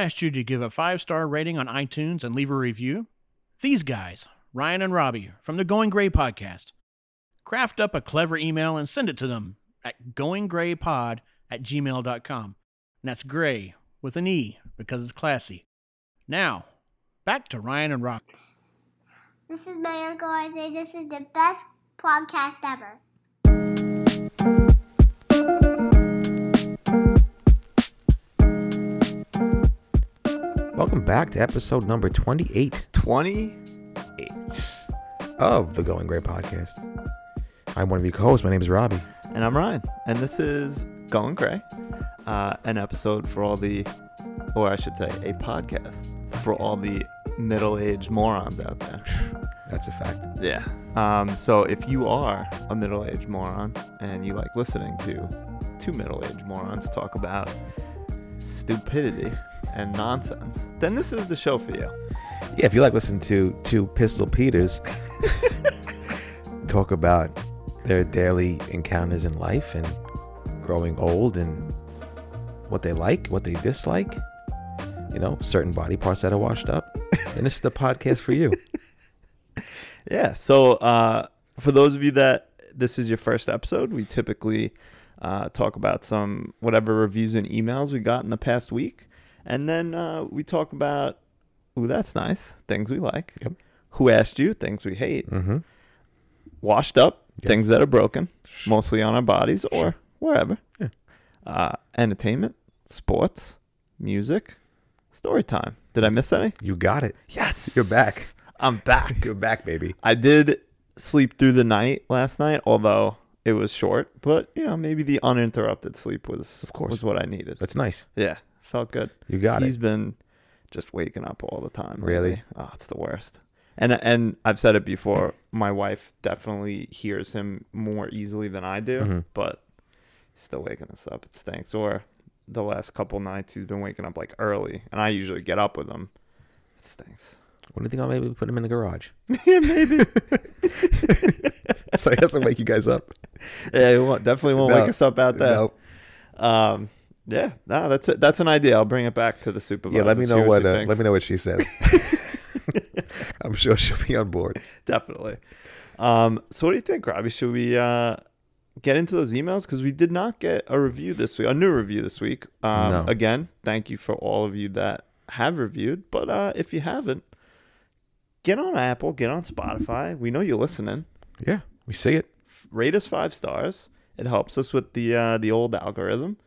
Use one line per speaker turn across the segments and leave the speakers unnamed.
I asked you to give a five star rating on iTunes and leave a review. These guys, Ryan and Robbie from the Going Gray podcast, craft up a clever email and send it to them at goinggraypod at gmail.com. And that's gray with an E because it's classy. Now, back to Ryan and Robbie.
This is my Uncle Isaiah. This is the best podcast ever.
Welcome back to episode number 28
28.
of the Going Great podcast. I'm one of your co hosts. My name is Robbie.
And I'm Ryan. And this is Going Gray, uh, an episode for all the, or I should say, a podcast for all the middle aged morons out there.
That's a fact.
Yeah. Um, so if you are a middle aged moron and you like listening to two middle aged morons talk about stupidity and nonsense, then this is the show for you.
Yeah, if you like listening to two Pistol Peters talk about their daily encounters in life and growing old and what they like, what they dislike, you know, certain body parts that are washed up, then this is the podcast for you.
Yeah. So uh, for those of you that this is your first episode, we typically uh, talk about some whatever reviews and emails we got in the past week, and then uh, we talk about, ooh, that's nice, things we like.
Yep.
Who asked you? Things we hate.
Mm-hmm.
Washed up.
Yes.
Things that are broken, mostly on our bodies or wherever.
Yeah.
Uh, entertainment, sports, music, story time. Did I miss any?
You got it.
Yes.
You're back.
I'm back.
You're back, baby.
I did sleep through the night last night, although it was short. But you know, maybe the uninterrupted sleep was
Of course.
was what I needed.
That's nice.
yeah, felt good.
You got
He's
it.
been just waking up all the time.
Really?
lately. Oh, it's the worst. And and I've said it before. My wife definitely hears him more easily than I do,
Mhm.
but he's still waking us up. It stinks. Or the last couple nights he's been waking up like early, and I usually get up with him. It stinks.
What do you think? I'll maybe put him in the garage.
yeah, maybe.
so I guess I'll wake you guys up.
Yeah, it won't, definitely won't
No.
wake us up out there.
Nope.
Um, yeah, no, that's it. That's an idea. I'll bring it back to the supervisor.
Yeah, let me
see
know what
she
uh,
thinks.
let me know what she says. I'm sure she'll be on board.
Definitely. Um, so what do you think, Robbie? Should we uh, get into those emails because we did not get a review this week, a new review this week. Um,
No.
Again, thank you for all of you that have reviewed, but uh, if you haven't, get on Apple, get on Spotify. We know you're listening.
Yeah, we see it.
rate us five stars. It helps us with the uh, the old algorithm,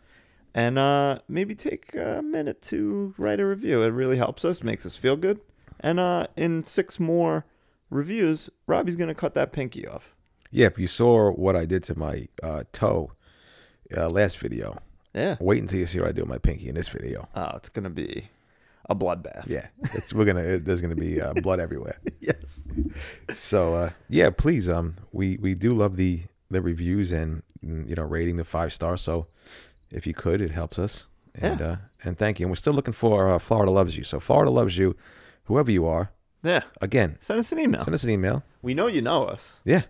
and uh, maybe take a minute to write a review. It really helps us, makes us feel good. And uh, in six more reviews, Robbie's gonna cut that pinky off.
Yeah, if you saw what I did to my uh, toe uh, last video,
Yeah.
wait until you see what I do with my pinky in this video.
Oh, it's gonna be a bloodbath.
Yeah, it's we're gonna it, there's gonna be uh, blood everywhere.
Yes.
So uh, yeah, please um we we do love the the reviews and mm, you know rating the five stars. So if you could, it helps us. And
Yeah.
uh, and thank you. And we're still looking for uh, Florida loves you. So Florida loves you, whoever you are.
Yeah.
Again,
Send us an email.
send us an email.
we know you know us.
Yeah.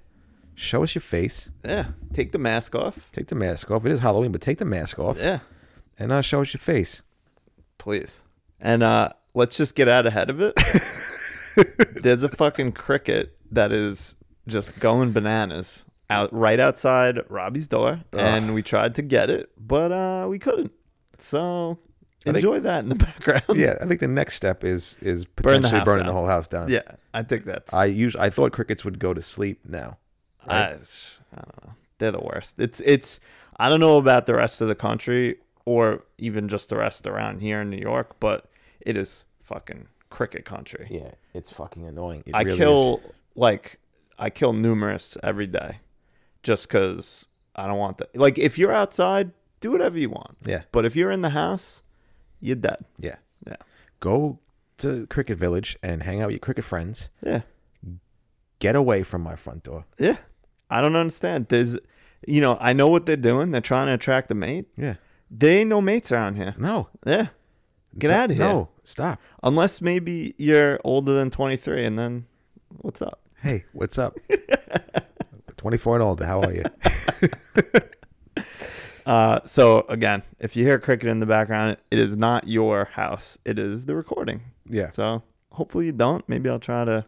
Show us your face.
Yeah. Take the mask off.
Take the mask off. It is Halloween, but take the mask off
Yeah.
and uh, show us your face.
Please. And uh let's just get out ahead of it. There's a fucking cricket that is just going bananas out right outside Robbie's door and we tried to get it, but uh we couldn't. So
think-
enjoy that in the background.
Yeah, I think the next step is is
Burn the
potentially
house
burning
down.
the whole house down.
Yeah, I think that's I,
I usually I thought crickets would go to sleep now.
I don't know. They're the worst. It's it's I don't know about the rest of the country or even just the rest around here in New York, but it is fucking cricket country.
Yeah, it's fucking annoying.
I kill like I kill numerous every day, just because I don't want that. Like if you're outside, do whatever you want.
Yeah.
But if you're in the house, you're dead.
Yeah.
Yeah.
Go to Cricket Village and hang out with your cricket friends.
Yeah.
Get away from my front door.
Yeah. I don't understand. There's, you know, I know what they're doing. They're trying to attract a mate.
Yeah.
They ain't no mates around here.
No.
Yeah. Get
So-
out of here.
No, stop.
Unless maybe you're older than 23, and then what's up?
Hey, what's up? 24 and older. How are you?
Uh, so again, if you hear cricket in the background, it is not your house. It is the recording.
Yeah.
So hopefully you don't. Maybe I'll try to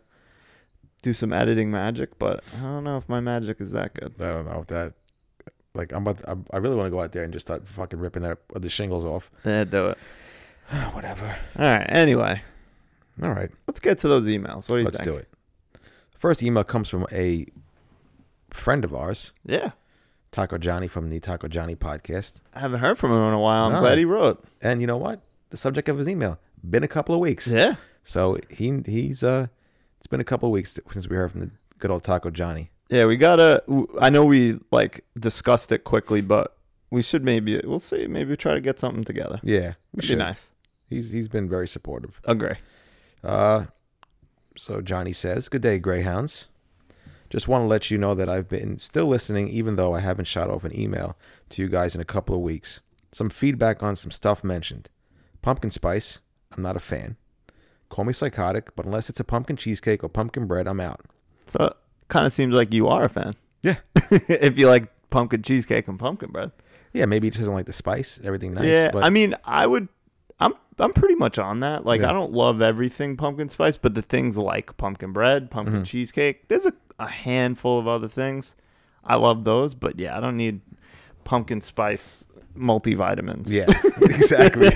do some editing magic, but I don't know if my magic is that good.
I don't know if that. Like I'm about. To, I'm- I really want to go out there and just start fucking ripping up the shingles off.
Yeah, do it. Ah,
Whatever.
All right. Anyway,
All right.
let's get to those emails. What do you
Let's
think?
do it. The first email comes from a friend of ours,
Yeah.
Taco Johnny from the Taco Johnny podcast.
I haven't heard from him in a while. I'm
No.
glad he wrote.
And you know what? The subject of his email been a couple of weeks.
Yeah.
So he he's uh, it's been a couple of weeks since we heard from the good old Taco Johnny.
Yeah, we gotta. w- I know we like discussed it quickly, but we should maybe we'll see. Maybe try to get something together.
Yeah, we
It'd be nice.
He's he's been very supportive.
Agree.
Uh, so Johnny says, "Good day, Greyhounds. Just want to let you know that I've been still listening, even though I haven't shot off an email to you guys in a couple of weeks. Some feedback on some stuff mentioned. Pumpkin spice. I'm not a fan. Call me psychotic, but unless it's a pumpkin cheesecake or pumpkin bread, I'm out.
So it kind of seems like you are a fan.
Yeah,
if you like pumpkin cheesecake and pumpkin bread.
yeah. Maybe he just doesn't like the spice. Everything nice.
yeah,
but
I mean, I would. I'm I'm pretty much on that. Like,
Yeah.
I don't love everything pumpkin spice, but the things like pumpkin bread, pumpkin
Mm-hmm.
cheesecake. There's a, a handful of other things. I love those, but yeah, I don't need pumpkin spice multivitamins.
yeah, exactly.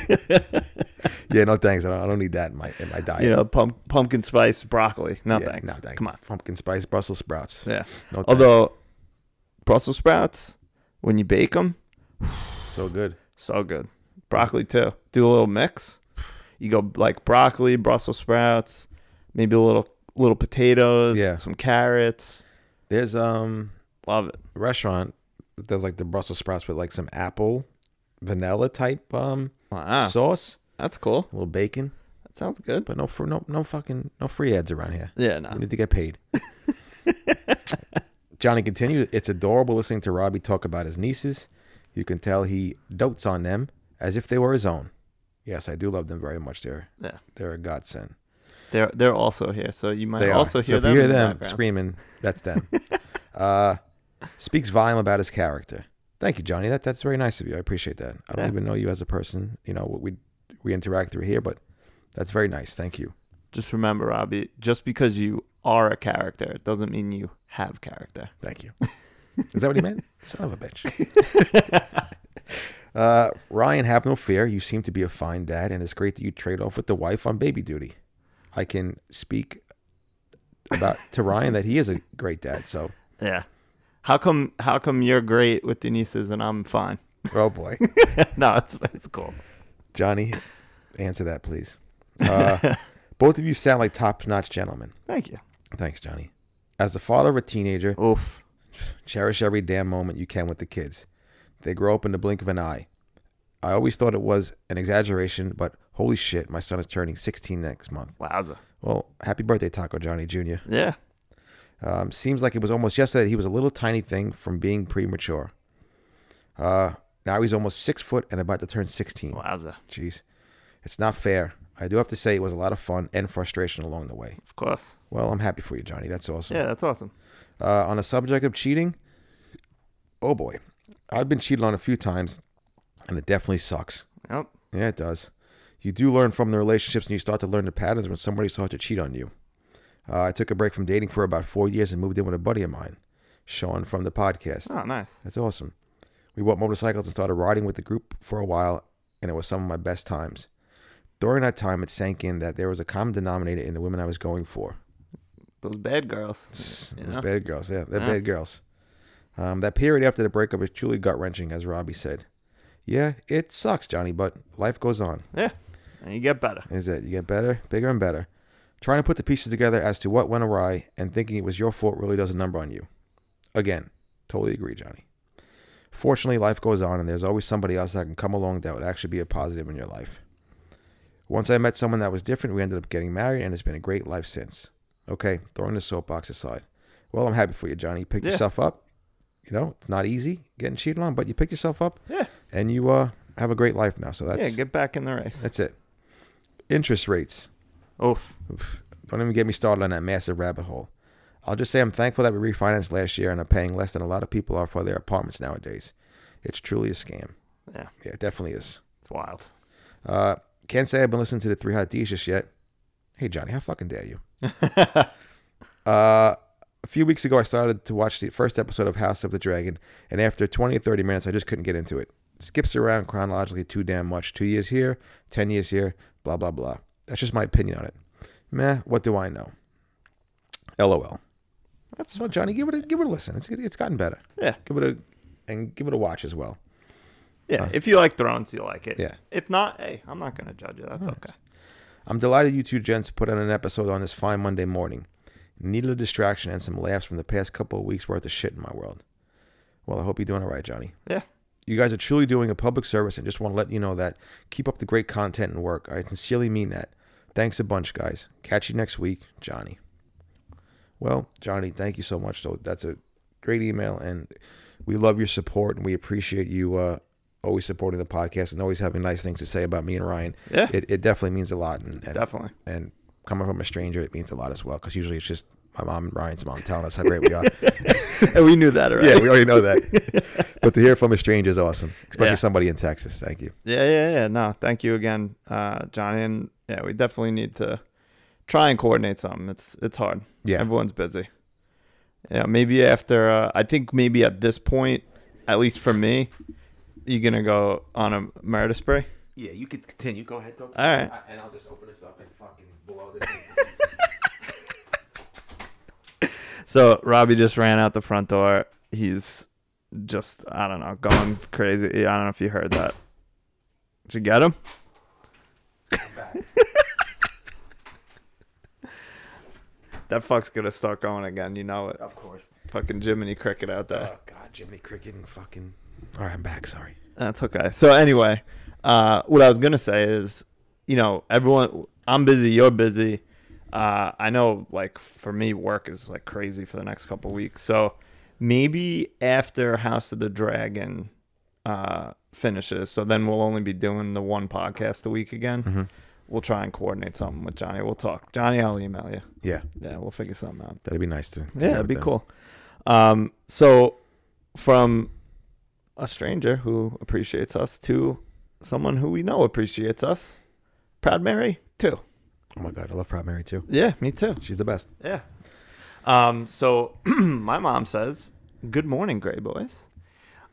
yeah, no thanks. I don't, I don't need that in my in my diet.
you know, pump, pumpkin spice broccoli. No
yeah,
thanks.
no thanks.
Come on.
pumpkin spice Brussels sprouts.
Yeah.
No thanks.
Although Brussels sprouts, when you bake them,
so good.
so good. Broccoli too. Do a little mix. You go like broccoli, Brussels sprouts, maybe a little little potatoes,
Yeah.
some carrots.
There's um
Love it.
a restaurant that does like the Brussels sprouts with like some apple vanilla type um
Wow.
sauce,
That's cool.
a little bacon,
That sounds good.
but no fr- no no fucking no free ads around here.
Yeah,
You
no.
need to get paid. Johnny continued, "It's adorable listening to Robbie talk about his nieces. You can tell he dotes on them as if they were his own. Yes, I do love them very much. They're
Yeah.
they're a godsend.
They're they're also here, so you might
They
also
are.
hear
so
them.
If you hear
in the
them
background.
screaming, that's them. uh, speaks volume about his character. Thank you, Johnny. That that's very nice of you. I appreciate that. I don't
Yeah.
even know you as a person. You know what we we interact through here, but that's very nice. Thank you.
Just remember, Robbie, just because you are a character, it doesn't mean you have character.
Thank you. Is that what he meant? Son of a bitch. uh, Ryan, have no fear. You seem to be a fine dad, and it's great that you trade off with the wife on baby duty. I can speak about to Ryan that he is a great dad. So,
Yeah. How come how come you're great with the nieces and I'm fine?
oh boy.
no, it's it's cool.
Johnny, answer that, please. Uh, both of you sound like top-notch gentlemen.
Thank you.
Thanks, Johnny. As the father of a teenager,
Oof.
cherish every damn moment you can with the kids. They grow up in the blink of an eye. I always thought it was an exaggeration, but holy shit, my son is turning 16 next month.
Wowza.
Well, happy birthday, Taco Johnny Jr.
Yeah.
Um, seems like it was almost yesterday that he was a little tiny thing from being premature. Uh, now he's almost six foot and about to turn 16.
Wowza.
Jeez. It's not fair. I do have to say it was a lot of fun and frustration along the way.
Of course.
Well, I'm happy for you, Johnny. That's awesome.
Yeah, that's awesome.
Uh, on the subject of cheating, oh boy. I've been cheated on a few times, and it definitely sucks.
Yep.
Yeah, it does. You do learn from the relationships, and you start to learn the patterns when somebody starts to cheat on you. Uh, I took a break from dating for about four years and moved in with a buddy of mine, Sean from the podcast.
Oh, nice.
That's awesome. We bought motorcycles and started riding with the group for a while, and it was some of my best times. During that time, it sank in that there was a common denominator in the women I was going for.
Those bad girls.
It's
You
it's
know?
bad girls, yeah, they're
Yeah.
bad girls. Um, that period after the breakup is truly gut wrenching, as Robbie said. Yeah, it sucks, Johnny, but life goes on.
Yeah. And you get better.
Is it you get better, bigger, and better? Trying to put the pieces together as to what went awry and thinking it was your fault really does a number on you. Again, totally agree, Johnny. Fortunately, life goes on, and there's always somebody else that can come along that would actually be a positive in your life. Once I met someone that was different, we ended up getting married, and it's been a great life since. Okay, throwing the soapbox aside. Well, I'm happy for you, Johnny. You picked
Yeah.
yourself up. You know, it's not easy getting cheated on, but you picked yourself up,
Yeah.
and you uh, have a great life now. So that's
yeah, get back in the race.
that's it. Interest rates.
Oof.
Don't even get me started on that massive rabbit hole. I'll just say I'm thankful that we refinanced last year and are paying less than a lot of people are for their apartments nowadays. It's truly a scam.
Yeah.
Yeah, it definitely is.
It's wild.
Uh, can't say I've been listening to the Three Hot D's just yet. Hey, Johnny, how fucking dare you? uh, a few weeks ago, I started to watch the first episode of House of the Dragon, and after 20 or 30 minutes, I just couldn't get into it. Skips around chronologically too damn much. Two years here, 10 years here, blah, blah, blah. That's just my opinion on it. Meh, what do I know? LOL. That's well, Johnny, give it a, give it a listen. It's, it's gotten better.
Yeah.
Give it a and give it a watch as well.
Yeah. If you like Thrones, you like it.
Yeah.
If not, hey, I'm not gonna judge you. That's okay.
I'm delighted you two gents put on an episode on this fine Monday morning. Needed a distraction and some laughs from the past couple of weeks worth of shit in my world. Well, I hope you're doing all right, Johnny.
Yeah.
You guys are truly doing a public service and just want to let you know that. Keep up the great content and work. I sincerely mean that. Thanks a bunch, guys. Catch you next week, Johnny. Well, Johnny, thank you so much. So that's a great email, and we love your support, and we appreciate you uh, always supporting the podcast and always having nice things to say about me and Ryan.
Yeah.
it, it definitely means a lot, and, and
Definitely.
and coming from a stranger, it means a lot as well. Because usually it's just my mom and Ryan's mom telling us how great we are.
and we knew that already.
yeah, we already know that. but to hear from a stranger is awesome, especially
Yeah.
somebody in Texas. Thank you.
Yeah, yeah, yeah. No, thank you again, uh, Johnny. And yeah, we definitely need to try and coordinate something. It's it's hard.
Yeah.
everyone's busy. Yeah, maybe after. Uh, I think maybe at this point, at least for me, you're gonna go on a murder spree.
Yeah, you could continue. Go ahead, talk.
All right.
and I'll just open this up and fucking blow this.
So Robbie just ran out the front door. He's just I don't know going crazy. I don't know if you heard that. Did you get him? that fuck's gonna start going again. You know it.
of course.
Fucking Jiminy Cricket out there.
Oh God, Jiminy Cricket and fucking. All right, I'm back. Sorry.
That's okay. So anyway, uh, what I was gonna say is, you know, everyone, I'm busy, you're busy. Uh, I know, like for me, work is like crazy for the next couple weeks. So maybe after House of the Dragon uh, finishes, so then we'll only be doing the one podcast a week again. We'll try and coordinate something with Johnny. We'll talk. Johnny, I'll email you.
Yeah,
Yeah, we'll figure something out.
that'd be nice to. to
Yeah,
have
that'd be
them.
cool. Um, so from a stranger who appreciates us to someone who we know appreciates us, Proud Mary too.
Oh my God, I love Proud Mary too.
Yeah, me too.
She's the best.
Yeah. Um, so my mom says, "Good morning, Gray Boys.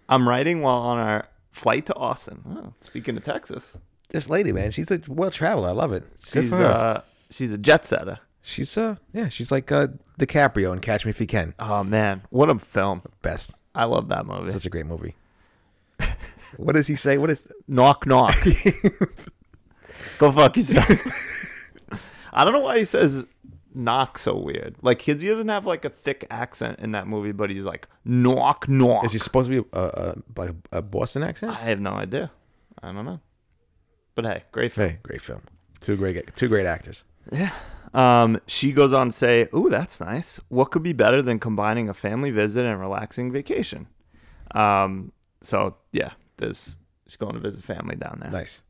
I'm writing while on our flight to Austin. Oh, speaking of Texas,
This lady, man, she's a well traveled. I love it. Good
she's
for her.
uh, she's a jet setter.
she's uh, yeah, she's like uh, DiCaprio in Catch Me If You Can.
Oh man, what a film!
Best.
I love that movie.
Such a great movie. what does he say? What is?
knock knock. Go fuck yourself. I don't know why he says knock so weird. Like his, he doesn't have like a thick accent in that movie, but he's like knock knock.
Is he supposed to be uh, uh, like a Boston accent?
I have no idea. I don't know. But hey, great film.
Hey, great film. Two great, two great actors.
Um, she goes on to say, "Ooh, that's nice. What could be better than combining a family visit and relaxing vacation?" Um, so yeah, there's she's going to visit family down there.
Nice.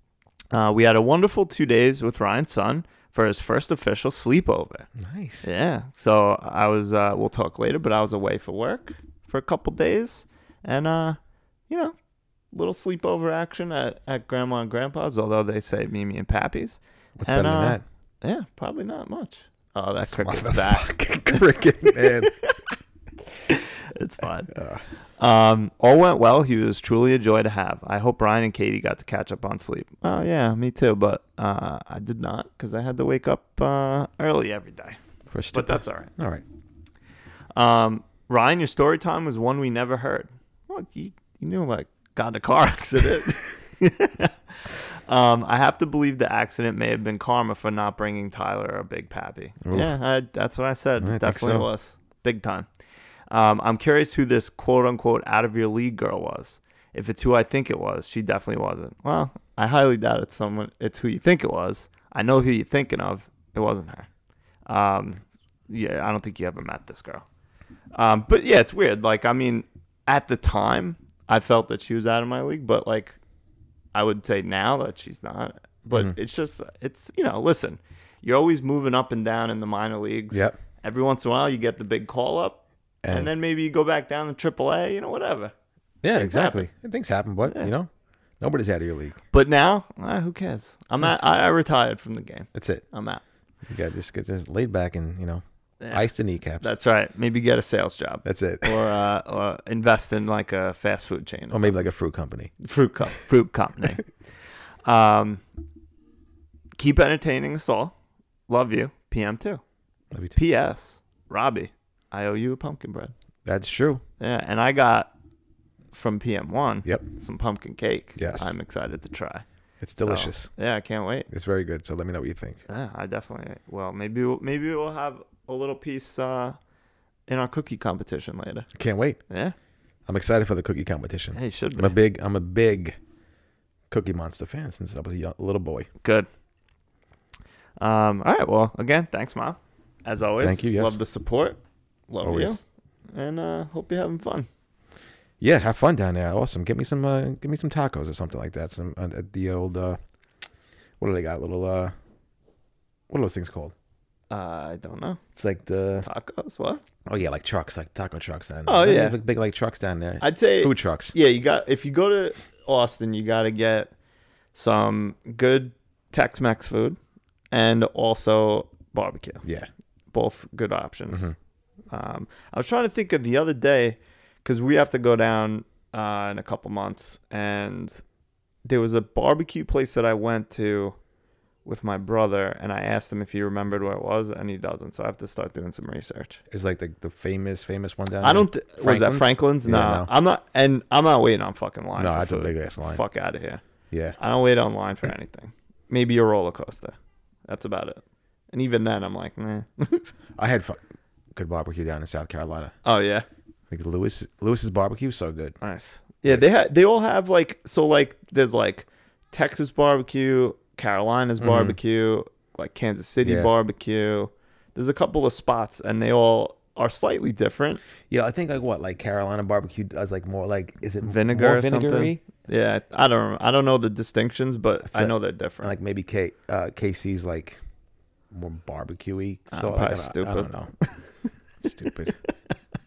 Uh, we had a wonderful two days with Ryan's son for his first official sleepover.
Nice.
Yeah. So I was, uh, we'll talk later, but I was away for work for a couple days and, uh, you know, little sleepover action at, at Grandma and Grandpa's, although they say Mimi and Pappy's.
What's
And,
better than
uh,
that?
Yeah, probably not much. Oh, that cricket's back.
Motherfucking cricket man.
It's fine. Um, all went well. He was truly a joy to have. I hope Ryan and Katie got to catch up on sleep. Oh yeah, me too. But uh, I did not because I had to wake up uh, early every day.
First
But that's all right.
all right.
Um, Ryan, your story time was one we never heard. Well, you, you knew I got in a car accident. um, I have to believe the accident may have been karma for not bringing Tyler a big pappy. Yeah, I, that's what I said.
I think
Definitely
so.
was. Big time. Um, I'm curious who this quote unquote out of your league girl was. If it's who I think it was, she definitely wasn't. Well, I highly doubt it's someone. It's who you think it was. I know who you're thinking of. It wasn't her. Um, yeah, I don't think you ever met this girl. Um, but yeah, it's weird. Like, I mean, at the time, I felt that she was out of my league, but like, I would say now that she's not. But
Mm-hmm.
it's just, it's you know, listen, you're always moving up and down in the minor leagues.
Yep.
Every once in a while, you get the big call up, and,
And-
then maybe you go back down to AAA. You know, whatever.
Yeah, exactly. Things happen, but you know, nobody's out of your league.
But now, ah, who cares? I'm not. I, I retired from the game.
That's it.
I'm out.
You got just get just laid back and you know,
Yeah.
ice the kneecaps.
That's right. Maybe get a sales job.
That's it.
Or uh, or invest in like a fast food chain.
or
Or
maybe like a fruit company.
fruit co- fruit company. um, keep entertaining us all. Love you. PM two.
Maybe t-
P.S. Robbie, I owe you a pumpkin bread.
That's true.
Yeah, and I got from PM one.
Yep.
Some pumpkin cake.
Yes.
I'm excited to try.
It's
So,
delicious.
yeah, I can't wait.
It's very good. So let me know what you think.
Yeah, I definitely. Well, maybe we'll, maybe we'll have a little piece uh, in our cookie competition later.
Can't wait.
Yeah,
I'm excited for the cookie competition.
hey, should
I'm a
be
big I'm a big Cookie Monster fan since I was a young, little boy.
good. Um, all right. Well, again, thanks, mom. As always,
Thank you, yes.
Love the support. Love you,
Always.
and uh, hope you're having fun.
Yeah, have fun down there. Awesome. Get me some uh, get me some tacos or something like that. Some uh, at the old uh, what do they got? Little uh, what are those things called?
Uh, I don't know
It's like the
tacos. What?
oh yeah, like trucks, like taco trucks down there.
Oh,
They
yeah.
have, like, big like trucks down there.
I'd say
Food trucks.
Yeah, you got if you go to Austin, you got to get some good Tex-Mex food and also barbecue.
Yeah,
both good options.
Mm-hmm.
Um, I was trying to think of the other day because we have to go down uh, in a couple months, and there was a barbecue place that I went to with my brother, and I asked him if he remembered where it was, and he doesn't. So I have to start doing some research.
it's like the, the famous famous one down.
I don't.
There.
Th- was that
Uh, Franklin's?
Franklin's?
Yeah,
No,
no.
I'm not, and I'm not waiting on fucking line.
No,
for
that's a
food.
big-ass line.
Fuck out of here.
Yeah,
I don't wait online for anything. Maybe a roller coaster. That's about it. And even then, I'm like, nah.
I had fu- good barbecue down in South Carolina.
oh yeah.
Like Lewis Lewis's barbecue, so good.
Nice. Yeah, they had they all have like so like there's like Texas barbecue, Carolinas barbecue, like Kansas City
Mm-hmm. Yeah.
barbecue. There's a couple of spots and they all are slightly different.
Yeah, I think like what like Carolina barbecue does like more like is it
Vinegar
more
or something.
vinegary?
Yeah, I don't rem- I don't know the distinctions, but I,
feel-
know they're
And
different.
like maybe K uh, KC's like more barbecuey. So
probably
like, I, don't- I
stupid.
don't know. stupid.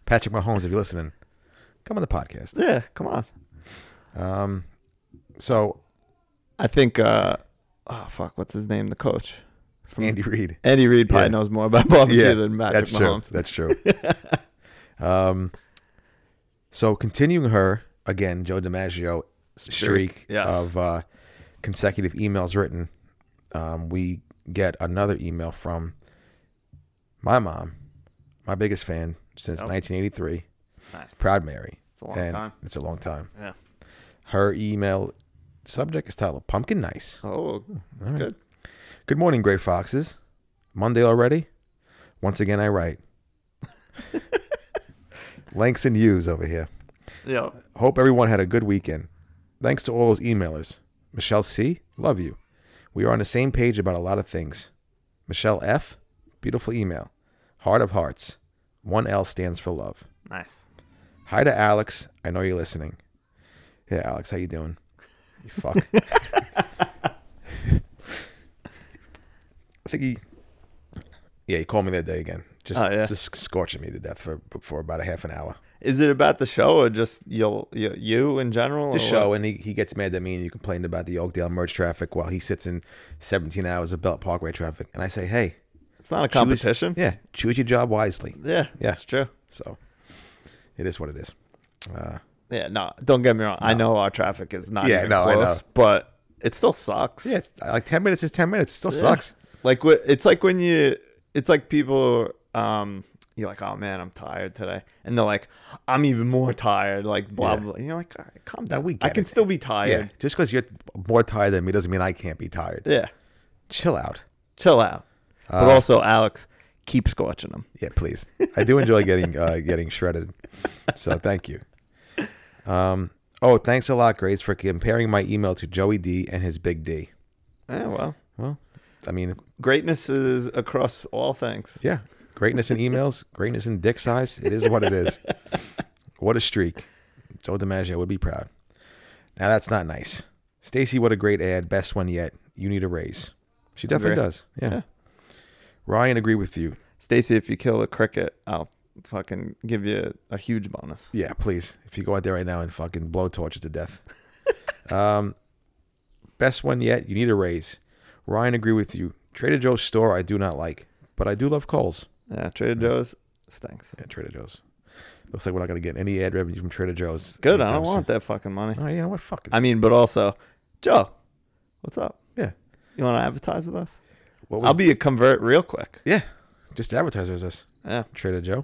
Patrick Mahomes, if you're listening, come on the podcast.
yeah, come on.
Um, so
I think uh oh fuck, what's his name? The coach. From
Andy Reid.
Andy Reid probably
Yeah.
knows more about barbecue
Yeah,
than Patrick
that's true.
Mahomes.
That's true. um, so continuing her again, Joe DiMaggio streak,
yes.
of uh, consecutive emails written, um, we get another email from my mom, my biggest fan since
Yep.
1983,
Nice.
proud Mary.
It's a long
and
time.
It's a long time.
Yeah.
Her email subject is titled "Pumpkin Nice."
Oh, that's good.
Good morning, Gray Foxes. Monday already? Once again, I write. Langston Hughes over here.
Yeah.
Hope everyone had a good weekend. Thanks to all those emailers. Michelle C., love you. We are on the same page about a lot of things. Michelle F., beautiful email. Heart of hearts. 1L stands for love.
Nice.
Hi to Alex. I know you're listening. Yeah, Alex, how you doing? You fuck. I think he. Yeah, he called me that day again. Just,
Oh, yeah.
just scorching me to death for for about a half an hour.
Is it about the show or just you you, you in general?
The show, and he, he gets mad at me, and you complained about the Oakdale merge traffic while he sits in 17 hours of Belt Parkway traffic. And I say, hey,
It's not a
choose-
competition.
yeah, choose your job wisely.
yeah,
Yeah.
that's true.
So, it is what it is. Uh,
Yeah, no, don't get me wrong. I know our traffic is not
Yeah,
even
no, I know.
close, but it still sucks.
yeah, it's, like 10 minutes is 10 minutes. It still
Yeah.
sucks.
Like wh- it's like when you, it's like people. Um, you're like, oh man, I'm tired today, and they're like, I'm even more tired. Like blah
Yeah.
blah. And you're like, all right, calm
No,
down.
we
I
get
can
it.
still be
Yeah,
tired.
just because you're more tired than me doesn't mean I can't be tired.
Yeah,
Chill out.
chill out.
Uh.
but also, Alex, keep scorching them.
Yeah, please. I do enjoy getting uh, getting shredded, so thank you. Um. Oh, thanks a lot, Grace, for comparing my email to Joey D and his Big D.
Yeah, well,
Well, I mean,
greatness is across all things.
yeah, greatness in emails, greatness in dick size. It is what it is. What a streak. Joe DiMaggio would be proud. Now that's not nice. Stacy, what a great ad. Best one yet. You need a raise. She definitely
Agree.
does. Yeah.
Yeah.
Ryan, agree with you.
Stacy, if you kill a cricket, I'll fucking give you a huge bonus.
Yeah, please. If you go out there right now and fucking blowtorch it to death. um, best one yet. You need a raise. Ryan, agree with you. Trader Joe's store, I do not like, but I do love Coles.
Yeah, Trader Joe's stinks.
Yeah, Trader Joe's. Looks like we're not gonna get any ad revenue from Trader Joe's.
Good. I
anytime
don't
soon.
want that fucking money.
Oh, you know what? Fuck it.
I mean, but also, Joe, what's up?
yeah.
You want to advertise with us?
What was
I'll be a convert real quick.
Yeah, just advertisers us.
Yeah.
Trader Joe.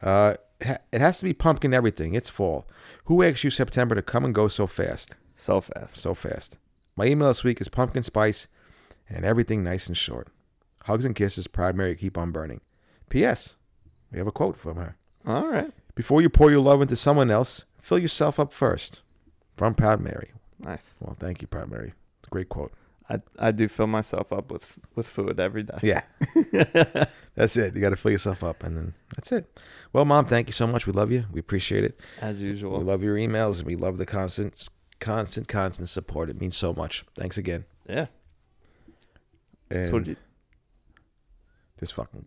Uh, ha- it has to be pumpkin everything. It's fall. Who asked you September to come and go so fast?
So fast.
So fast. My email this week is pumpkin spice and everything nice and short. Hugs and kisses, Proud Mary, keep on burning. P.S. We have a quote from her.
All right.
Before you pour your love into someone else, fill yourself up first. From Proud Mary.
Nice.
Well, thank you, Proud Mary. It's a great quote.
I, I do fill myself up with with food every day.
Yeah. that's it. You got to fill yourself up, and then that's it. Well, Mom, thank you so much. We love you. We appreciate it.
As usual.
We love your emails, and we love the constant, constant, constant support. It means so much. Thanks again.
yeah.
And
So d-
this fucking,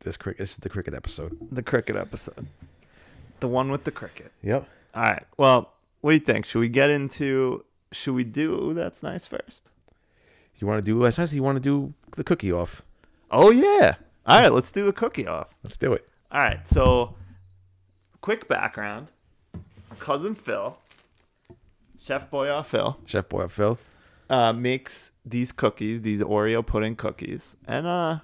this cricket. This is the cricket episode.
the cricket episode. The one with the cricket.
Yep.
All right. Well, what do you think? Should we get into should we do Ooh, that's nice first?
You want to do last night? You want to do the cookie off?
Oh yeah. All right, let's do the cookie off.
Let's do it.
All right, so quick background. My cousin Phil, Chef Boyar Phil,
Chef Boy Phil.
uh, makes these cookies, these Oreo pudding cookies, and uh,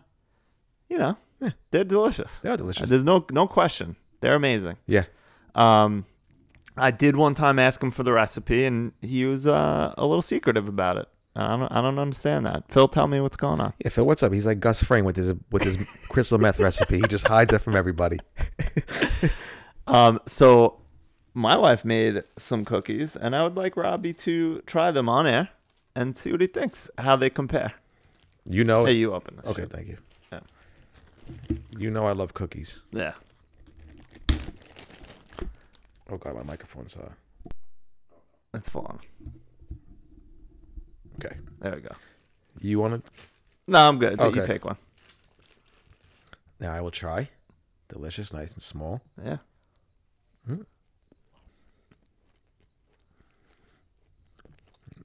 you know, eh, they're delicious. Uh,
They are delicious.
There's no no question. They're amazing.
Yeah.
Um, I did one time ask him for the recipe, and he was uh, a little secretive about it. I don't, I don't understand that. Phil, tell me what's going on.
Yeah, Phil, what's up? He's like Gus Fring with his with his crystal meth recipe. He just hides it from everybody.
Um, so my wife made some cookies, and I would like Robbie to try them on air and see what he thinks, how they compare.
You know.
Hey, you open this.
okay,
shit.
thank you.
Yeah.
You know I love cookies.
Yeah.
Oh god, my microphone's uh.
It's full on.
Okay.
There we go.
You want to?
No, I'm good. You
Okay.
take one.
Now I will try. Delicious, nice and small.
Yeah.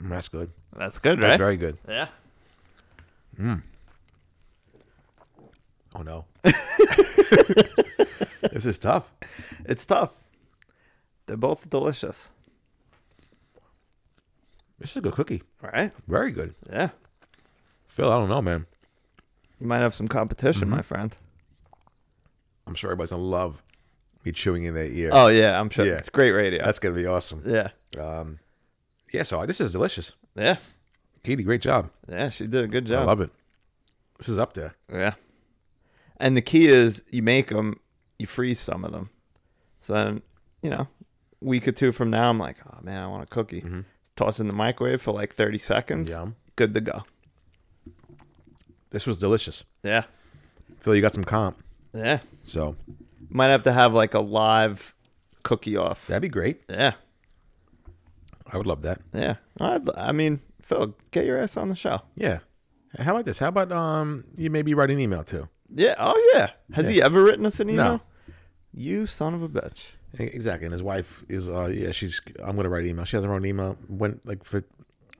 Mm, that's good.
That's good, right?
That's very good.
yeah.
Oh no. this is tough.
It's tough. They're both delicious.
This is a good cookie.
Right?
Very good.
Yeah.
Phil, I don't know, man.
You might have some competition, my friend.
I'm sure everybody's gonna love me chewing in their ear.
Oh yeah, I'm sure.
Yeah.
It's great radio.
That's gonna be awesome.
yeah.
Um, yeah. So this is delicious.
Yeah.
Katie, great job.
Yeah, she did a good job.
I love it. This is up there.
Yeah. And the key is you make them, you freeze some of them. So then, you know, week or two from now, I'm like, oh man, I want a cookie. Toss it in the microwave for like 30 seconds.
Yum.
Good to go.
This was delicious.
Yeah.
Phil, you got some comp.
Yeah.
So
Might have to have like a live cookie off.
that'd be great.
Yeah.
I would love that.
Yeah. I'd, I mean, Phil, get your ass on the show.
Yeah. How about this? How about um you maybe write an email too?
Yeah. Oh, yeah. Has he ever written us an email?
No.
You son of a bitch.
E-, Exactly. And his wife is uh yeah, she's I'm gonna write an email. She has her own email when like for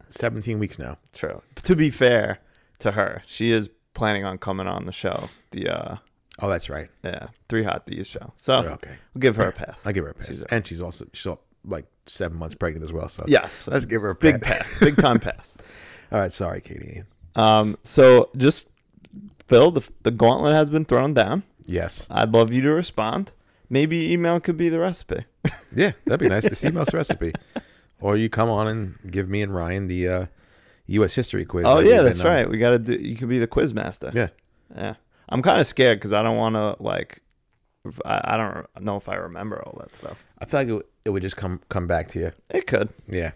seventeen weeks now.
True. To be fair to her, she is planning on coming on the show. The, uh,
Oh, that's right.
Yeah, three hot D's show. So
okay.
we'll give her a pass.
I give her a pass.
She's a-
and she's also she's like seven months pregnant as well. So
yes,
let's give her a
big
pass.
pass, big time pass.
All right, sorry, Katie.
Um, so just Phil, the the gauntlet has been thrown down.
Yes.
I'd love you to respond. Maybe email could be the recipe.
Yeah, that'd be nice. This email's recipe. Or you come on and give me and Ryan the uh US history quiz.
Oh
that we've
yeah, that's
been, um,
right. We gotta do. You could be the quiz master.
Yeah.
yeah. I'm kind of scared because I don't want to like. if- I, I don't re- know if I remember all that stuff.
I feel like it, would- it would just come come back to you.
It could.
Yeah.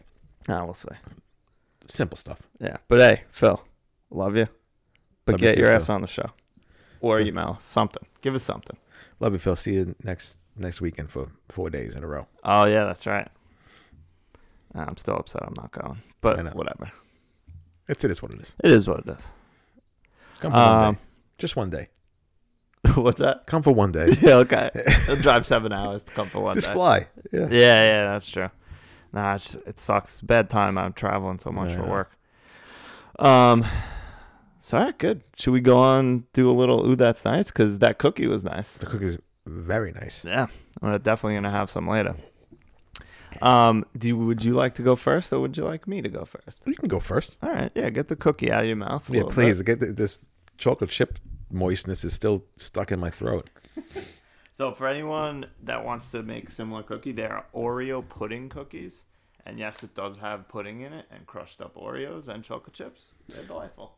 I will say.
Simple stuff.
Yeah, but hey, Phil, love you, but
Love you
get
too,
your
Phil.
ass on the show, or email something. Give us something.
Love you, Phil. See you next next weekend for four days in a row.
Oh yeah, that's right. Uh, I'm still upset I'm not going, but
I know.
whatever.
It's it is what it is.
It is what it is.
Come for one
Um,
day. Just one day.
What's that?
Come for one day.
Yeah, okay. I'll drive seven hours to come for one
Just
day.
fly. Yeah.
Yeah, yeah, that's true. Nah, it's, it sucks. It's a bad time. I'm traveling so much
Yeah, I
for
know.
work. Um, so all right, good. Should we go on do a little? Ooh, that's nice because that cookie was nice.
The cookie is very nice.
Yeah, I'm definitely gonna have some later. Um, do you- would you like to go first, or would you like me to go first?
You can go first.
All right, yeah, get the cookie out of your mouth. a
Yeah,
little bit.
please. Get th- this chocolate chip moistness is still stuck in my throat.
So for anyone that wants to make similar cookie, there are Oreo pudding cookies, and yes, it does have pudding in it and crushed up Oreos and chocolate chips. They're delightful.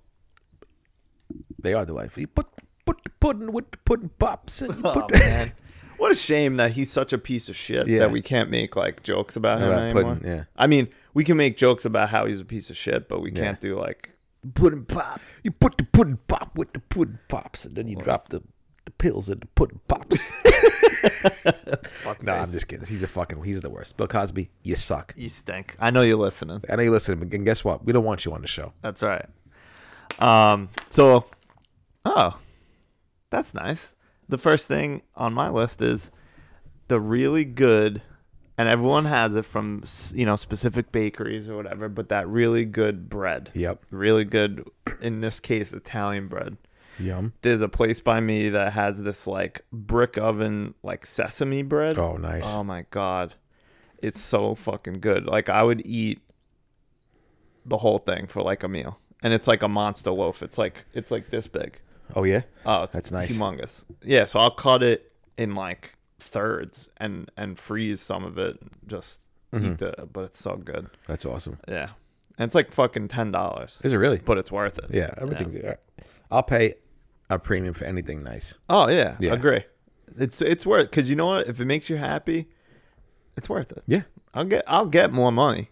They are delightful. You put put the pudding with the pudding pops and you put
Oh man, what a shame that he's such a piece of shit
Yeah.
that we can't make like jokes about him
About
anymore.
pudding, yeah.
I mean, we can make jokes about how he's a piece of shit, but we
Yeah.
can't do like
pudding pop. You put the pudding pop with the pudding pops, and then you drop the, the pills in the pudding pops. no, I'm just kidding. He's a fucking. He's the worst. Bill Cosby, you suck.
you stink. I know you're listening.
I know you listen, but guess what? We don't want you on the show.
That's right. Um, so, oh, that's nice. The first thing on my list is the really good, and everyone has it from s- you know specific bakeries or whatever, but that really good bread.
Yep.
Really good, in this case, Italian bread.
Yum.
There's a place by me that has this like brick oven like sesame bread.
Oh, nice.
Oh my god. It's so fucking good. Like I would eat the whole thing for like a meal. And it's like a monster loaf. It's like it's like this big.
oh yeah.
Oh, it's
That's nice.
Humongous. Yeah, so I'll cut it in like thirds and and freeze some of it and just
Mm-hmm.
eat the but it's so good.
That's awesome.
Yeah. And it's like fucking ten dollars.
Is it really?
But it's worth it.
Yeah. Everything's. uh, I'll pay a premium for anything nice.
Oh yeah,
Yeah.
agree. It's it's worth because you know what? If it makes you happy, it's worth it.
Yeah.
I'll get I'll get more money,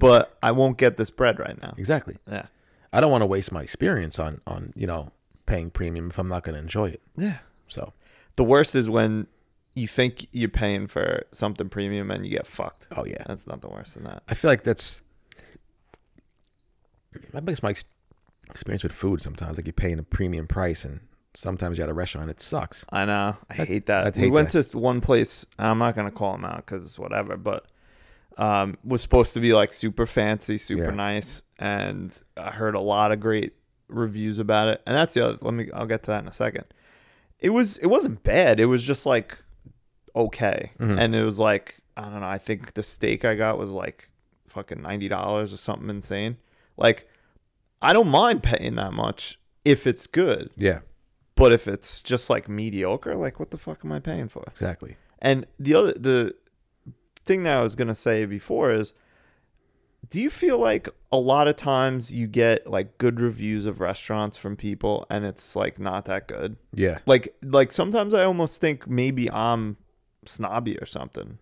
but I won't get this bread right now.
Exactly.
Yeah,
I don't want to waste my experience on on you know paying premium if I'm not going to enjoy it.
yeah.
So.
The worst is when you think you're paying for something premium and you get fucked.
Oh yeah.
That's not the worst than that.
I feel like that's that makes my ex- experience with food sometimes. Like you're paying a premium price, and sometimes you're at a restaurant, it sucks.
I know. I hate that.
I'd
we
hate
went to one place. I'm not gonna call them out because whatever, but um, was supposed to be like super fancy, super
Yeah.
nice, and I heard a lot of great reviews about it. And that's the other. Let me. I'll get to that in a second. It was. It wasn't bad. It was just like okay,
Mm-hmm.
and it was like I don't know. I think the steak I got was like fucking ninety dollars or something insane. Like I don't mind paying that much if it's good.
Yeah,
But if it's just like mediocre, like what the fuck am I paying for?
exactly.
And the other the thing that I was gonna say before is do you feel like a lot of times you get like good reviews of restaurants from people and it's like not that good?
Yeah,
Like like sometimes I almost think maybe I'm snobby or something.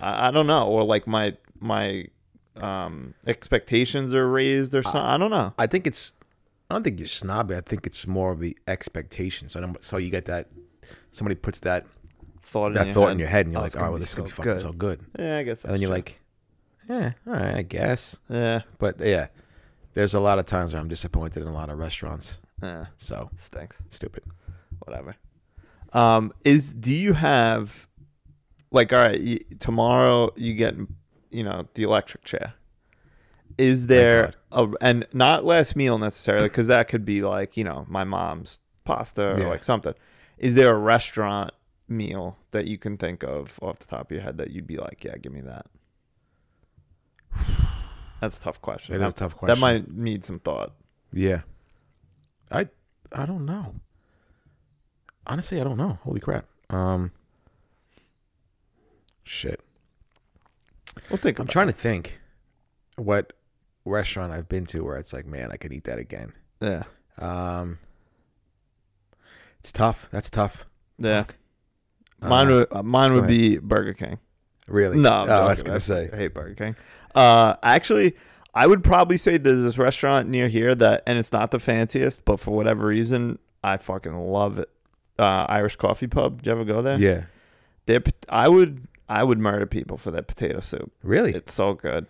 I, I don't know. Or like my my um expectations are raised or something. I don't know.
I think it's. I don't think you're snobby. I think it's more of the expectation. So, num- so you get that somebody puts that
Thought in
that
your
thought
head.
in your head, and you're
Oh,
like,
it's
"All right,
gonna
well,
be
this is gonna be
so
fucking
good."
so good." And
Yeah, I guess that's
then you're
true.
like, "Yeah, all right, I guess."
Yeah,
But yeah, there's a lot of times where I'm disappointed in a lot of restaurants.
yeah.
So
Stinks.
stupid.
whatever. Um, is do you have like all right? You, tomorrow you get you know the electric chair. Is there a and not last meal necessarily because that could be like you know my mom's pasta or
Yeah.
like something. Is there a restaurant meal that you can think of off the top of your head that you'd be like, yeah, give me that? That's a tough question.
It
that,
is a tough
That
question.
might need some thought.
Yeah. I I don't know. Honestly, I don't know. Holy crap. Um shit.
We'll think.
I'm trying to think what restaurant I've been to where it's like, man, I could eat that again.
Yeah.
Um It's tough. That's tough.
Yeah. Mine would uh, mine would
ahead.
be Burger King.
Really?
No,
Oh,
I'm
I was
joking.
going to say.
I hate Burger King. Uh, actually, I would probably say there's this restaurant near here that, and it's not the fanciest, but for whatever reason, I fucking love it. Uh, Irish Coffee Pub. Did you ever go there?
Yeah.
Their pot- I would I would murder people for their potato soup.
Really?
It's so good.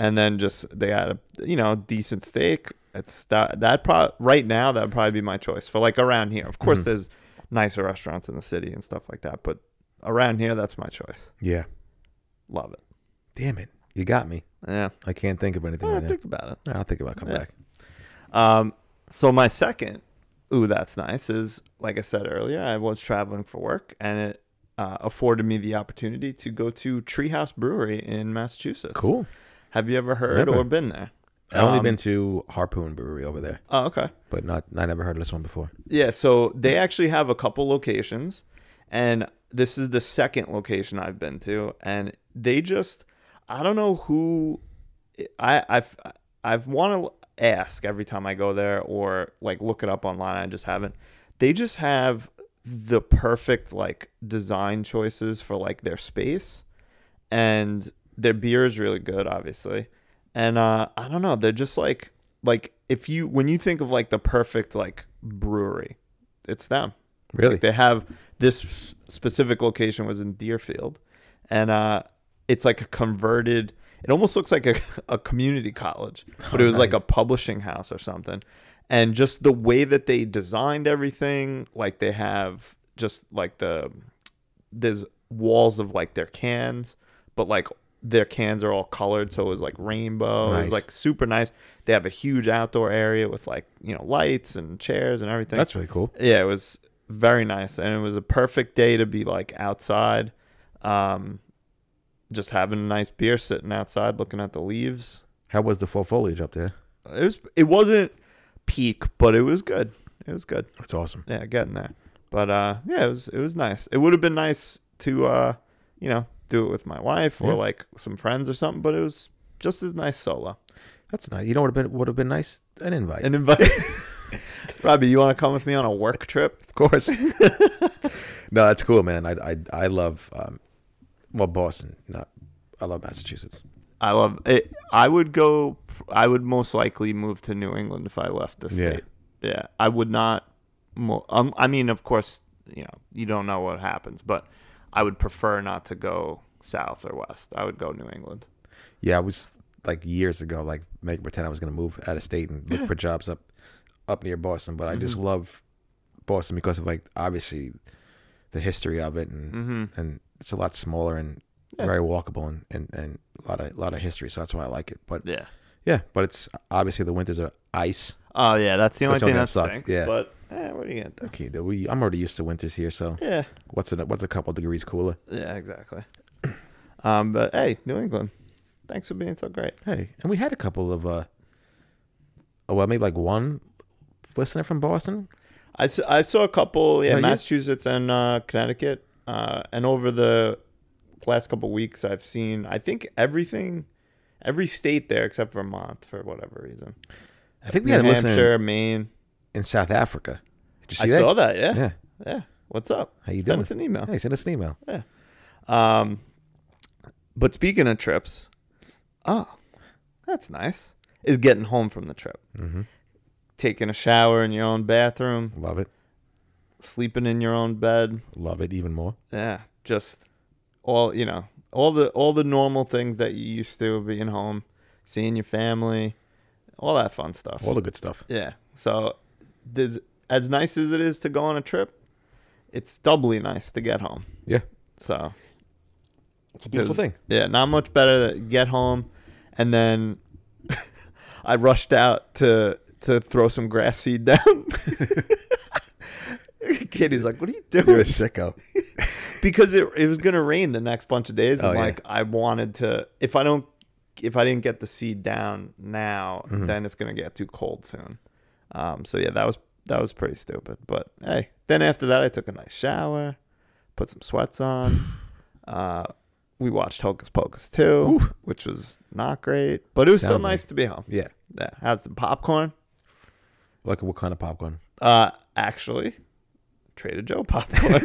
And then just they had a you know decent
Mm-hmm.
steak. It's that that pro- right now that would probably be my choice for like around here. Of course, there's nicer restaurants in the city and stuff like that. But around here, that's my choice.
Yeah.
Love it.
Damn it. You got me.
Yeah.
I can't think of anything
Eh,
right
think about it.
now. I'll think about coming
Yeah.
back.
Um, so my second, ooh, that's nice. Is like I said earlier, I was traveling for work, and it uh, afforded me the opportunity to go to Treehouse Brewery in Massachusetts.
Cool.
Have you ever heard
Never.
or been there?
I've only
Um,
been to Harpoon Brewery over there,
Oh, okay.
but not I never heard of this one before.
Yeah, so they actually have a couple locations, and this is the second location I've been to, and they just I don't know who I I've I've want to ask every time I go there or like look it up online. I just haven't. They just have the perfect like design choices for like their space, and their beer is really good, obviously. And uh, I don't know, they're just like like if you when you think of like the perfect like brewery, it's them.
Really?
They have this specific location was in Deerfield, and uh, it's like a converted. It almost looks like a, a community college, but it was like a publishing house or something. And just the way that they designed everything, like they have just like the there's walls of like their cans, but like their cans are all colored, so it was like rainbow. It
Nice.
was like super nice. They have a huge outdoor area with like you know lights and chairs and everything.
That's really cool.
Yeah, it was very nice, and it was a perfect day to be like outside, um, just having a nice beer, sitting outside, looking at the leaves.
How was the full foliage up there?
It was. It wasn't peak, but it was good. It was good.
That's awesome.
Yeah, getting there. But uh, yeah, it was. It was nice. It would have been nice to, uh, you know, do it with my wife or
Yeah.
like some friends or something. But it was just as nice solo.
That's nice. You know what would have been would have been nice? An invite.
And invite. Robbie, you want to come with me on a work trip?
of course. no, that's cool, man. I I, I love um, well Boston. Not I love Massachusetts.
I love it. I would go. I would most likely move to New England if I left the
Yeah.
state. Yeah, I would not. Mo- um, I mean, of course, you know, you don't know what happens, but I would prefer not to go south or west. I would go New England.
Yeah, I was like years ago, like make pretend I was gonna move out of state and look for jobs up up near Boston. But I just love Boston because of like obviously the history of it and and it's a lot smaller and very walkable and, and, and a lot of a lot of history, so that's why I like it. But
Yeah.
yeah, but it's obviously the winters are ice.
Oh yeah, that's the only
That's the only
thing that
thing that
sucks.
sucks, yeah.
But eh, what are you gonna do?
Okay, the- we I'm already used to winters here, so
Yeah.
what's a what's a couple degrees cooler?
Yeah. Exactly. Um. But hey, New England. Thanks for being so great.
Hey, and we had a couple of uh, oh well, maybe like one listener from Boston.
I s- I saw a couple, yeah,
that you?
Massachusetts and uh, Connecticut, uh, and over the last couple weeks, I've seen I think everything, every state there except Vermont for whatever reason.
I think we
New
had a listener.
Hampshire, Maine.
in South Africa. Did you
I
see that?
saw that. Yeah.
Yeah.
yeah, What's up?
How you
Send
doing?
us an email.
Hey, send us an email.
Um, but speaking of trips, oh, that's nice. Is getting home from the trip,
Mm-hmm.
taking a shower in your own bathroom,
Love it.
sleeping in your own bed.
Love it even more.
yeah just all you know all the all the normal things that you used to being home seeing your family all that fun stuff
All the good stuff.
yeah so there's- as nice as it is to go on a trip it's doubly nice to get home
Yeah.
so
It's a beautiful
there's-
thing.
yeah not much better to get home and then i rushed out to to throw some grass seed down Katie's like, "What are you doing?"
You're a sicko.
because it, it was going to rain the next bunch of days and
Oh, yeah.
like i wanted to if i don't if i didn't get the seed down now
Mm-hmm.
then it's going to get too cold soon um so yeah that was that was pretty stupid but hey then after that i took a nice shower put some sweats on uh we watched hocus pocus 2 which was not great but it was still
Sounds like-
nice to be home
Yeah.
yeah had some popcorn
Like what kind of popcorn?
uh, actually, Trader Joe popcorn.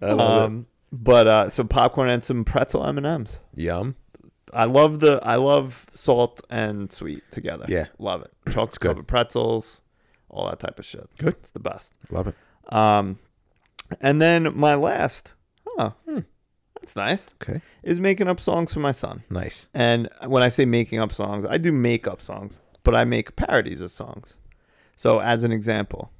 um, but uh, some popcorn and some pretzel M and M's.
Yum.
I love the I love salt and sweet together.
Yeah.
love it. Chocolate
good.
covered pretzels, all that type of shit.
Good.
it's the best.
Love it.
Um, and then my last, oh, that's nice,
Okay.
is making up songs for my son.
Nice.
And when I say making up songs, I do make up songs, but I make parodies of songs. So, as an example,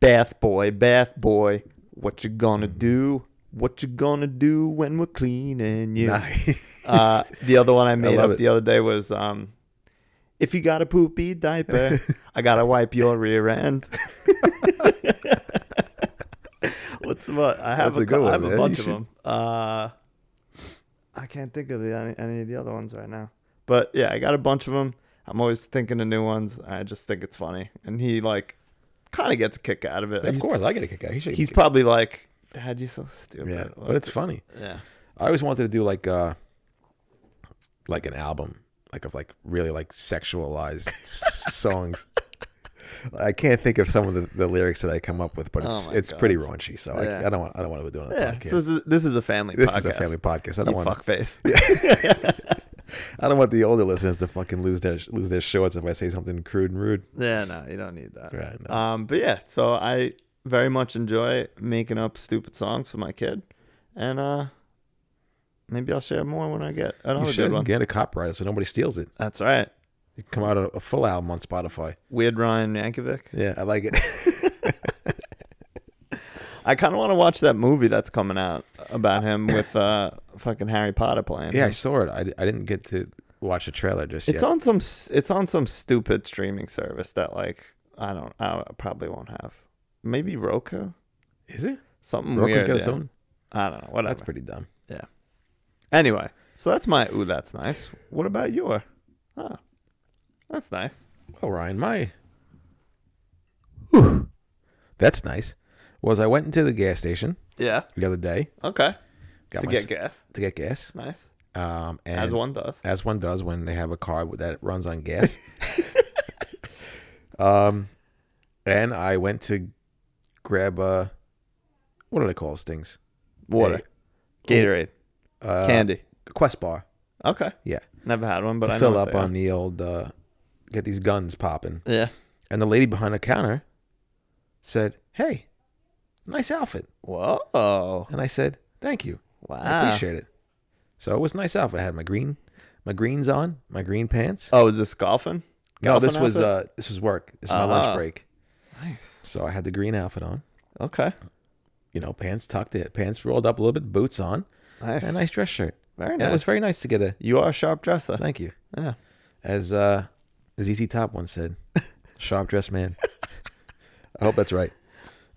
Bath boy, bath boy, what you gonna do? What you gonna do when we're cleaning you?
Nice.
Uh, the other one I made
love
up
it.
the other day was um, if you got a poopy diaper, I gotta wipe your rear end. What's what? I have
That's
a,
a good
cou- I
one,
have
man.
a
You
bunch of
should-
them. Uh, I can't think of the, any, any of the other ones right now. But yeah, I got a bunch of them. I'm always thinking of new ones. I just think it's funny, and he like kind of gets a kick out of it.
of
He's-
course, I get a kick out. He should.
He's
get-
probably like, "Dad, you're so stupid."
yeah, but it's funny.
yeah.
I always wanted to do like uh like an album, like of like really like sexualized s- songs. I can't think of some of the, the lyrics that I come up with, but it's
my
it's pretty raunchy. So
Yeah.
I, I don't want I don't want to do it on the
Yeah,
podcast.
so this is this is a family.
this
podcast.
is a family podcast. I
You
don't want
fuckface.
I don't want the older listeners to fucking lose their lose their shorts if I say something crude and rude.
Yeah, no, you don't need that.
Right, no.
Um, but yeah, so I very much enjoy making up stupid songs for my kid, and uh, maybe I'll share more when I get
You
another good one.
should get a copyright so nobody steals it.
That's right.
It can come out a, a full album on Spotify.
Weird Ryan Yankovic.
Yeah, I like it.
I kind of want to watch that movie that's coming out about him with uh, fucking Harry Potter playing.
yeah, I
him.
saw it. I, di- I didn't get to watch the trailer just
it's
yet.
on some s- it's on some stupid streaming service that like I don't I probably won't have. Maybe Roku,
Is it?
something
Rocco's
weird.
got its
yeah.
own.
I don't know. Whatever.
That's pretty dumb.
Anyway, so that's my ooh, that's nice. What about your? Huh. That's nice.
Well, Ryan, my. Whew. that's nice. Was I went into the gas station
Yeah.
the other day
Okay.
got
to
my
get
s-
gas.
to get gas,
Nice.
um, and
As one does.
as one does when they have a car that runs on gas. um, and I went to grab a what do they call those things?
Water. Gatorade.
Uh,
Candy.
Quest bar.
Okay.
Yeah,
Never had one, but
to
I know
fill
what
up
they are.
on the old uh, get these guns popping.
Yeah.
And the lady behind the counter said, "Hey, nice outfit."
Whoa.
And I said, "Thank you.
Wow.
I appreciate it." So it was nice outfit. I had my green, my greens on, my green pants.
Oh, is this golfing?
no, this
golfing
was
outfit?
uh, this was work. This was my
Ah.
lunch break.
Nice.
So I had the green outfit on.
Okay.
You know, pants tucked in, pants rolled up a little bit, boots on,
Nice.
and a nice dress shirt.
Very
And It was
nice.
very nice to get a
You are a sharp dresser.
thank you,
Yeah.
as uh, as EC Top once said, "Sharp dressed man." I hope that's right.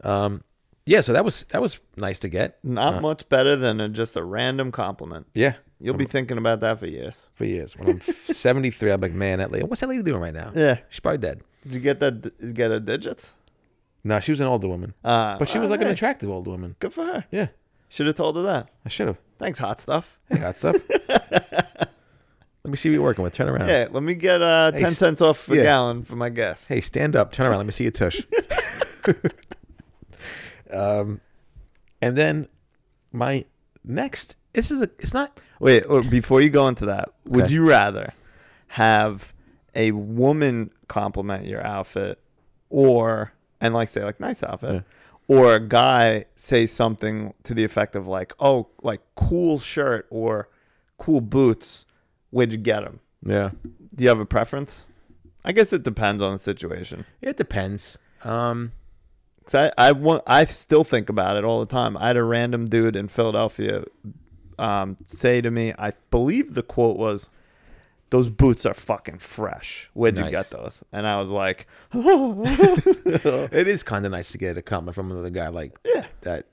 Um, yeah. So that was that was nice to get.
Not much better than a, just a random compliment.
Yeah.
You'll
Mm.
be thinking about that for years.
for years. When I'm 73, I'm like, man, that lady, what's that lady doing right now?
Yeah.
She's probably dead.
Did you get that? d- Get a digit?
No, she was an older woman.
Uh,
But she was
well,
like an
hey,
attractive old woman.
Good for her.
Yeah,
Should have told her that.
I should have.
Thanks, hot stuff.
Hey, hot stuff. Let me see what you're working with. Turn around.
Yeah, let me get uh,
Hey,
ten
s-
cents off a
yeah.
gallon for my gas.
Hey, stand up. Turn around. Let me see your tush. um, and then my next. This is a. It's not.
Wait, or before you go into that, would
Okay.
you rather have a woman compliment your outfit, or and like say like nice outfit, or a guy say something to the effect of like oh like cool shirt or cool boots? Where'd you get them?
Yeah.
Do you have a preference? I guess it depends on the situation.
It depends. Um.
Cause I, I want I still think about it all the time. I had a random dude in Philadelphia um, say to me, I believe the quote was, "Those boots are fucking fresh. Where'd you
Nice.
get those?" And I was like,
It is kind of nice to get a comment from another guy like
Yeah.
that,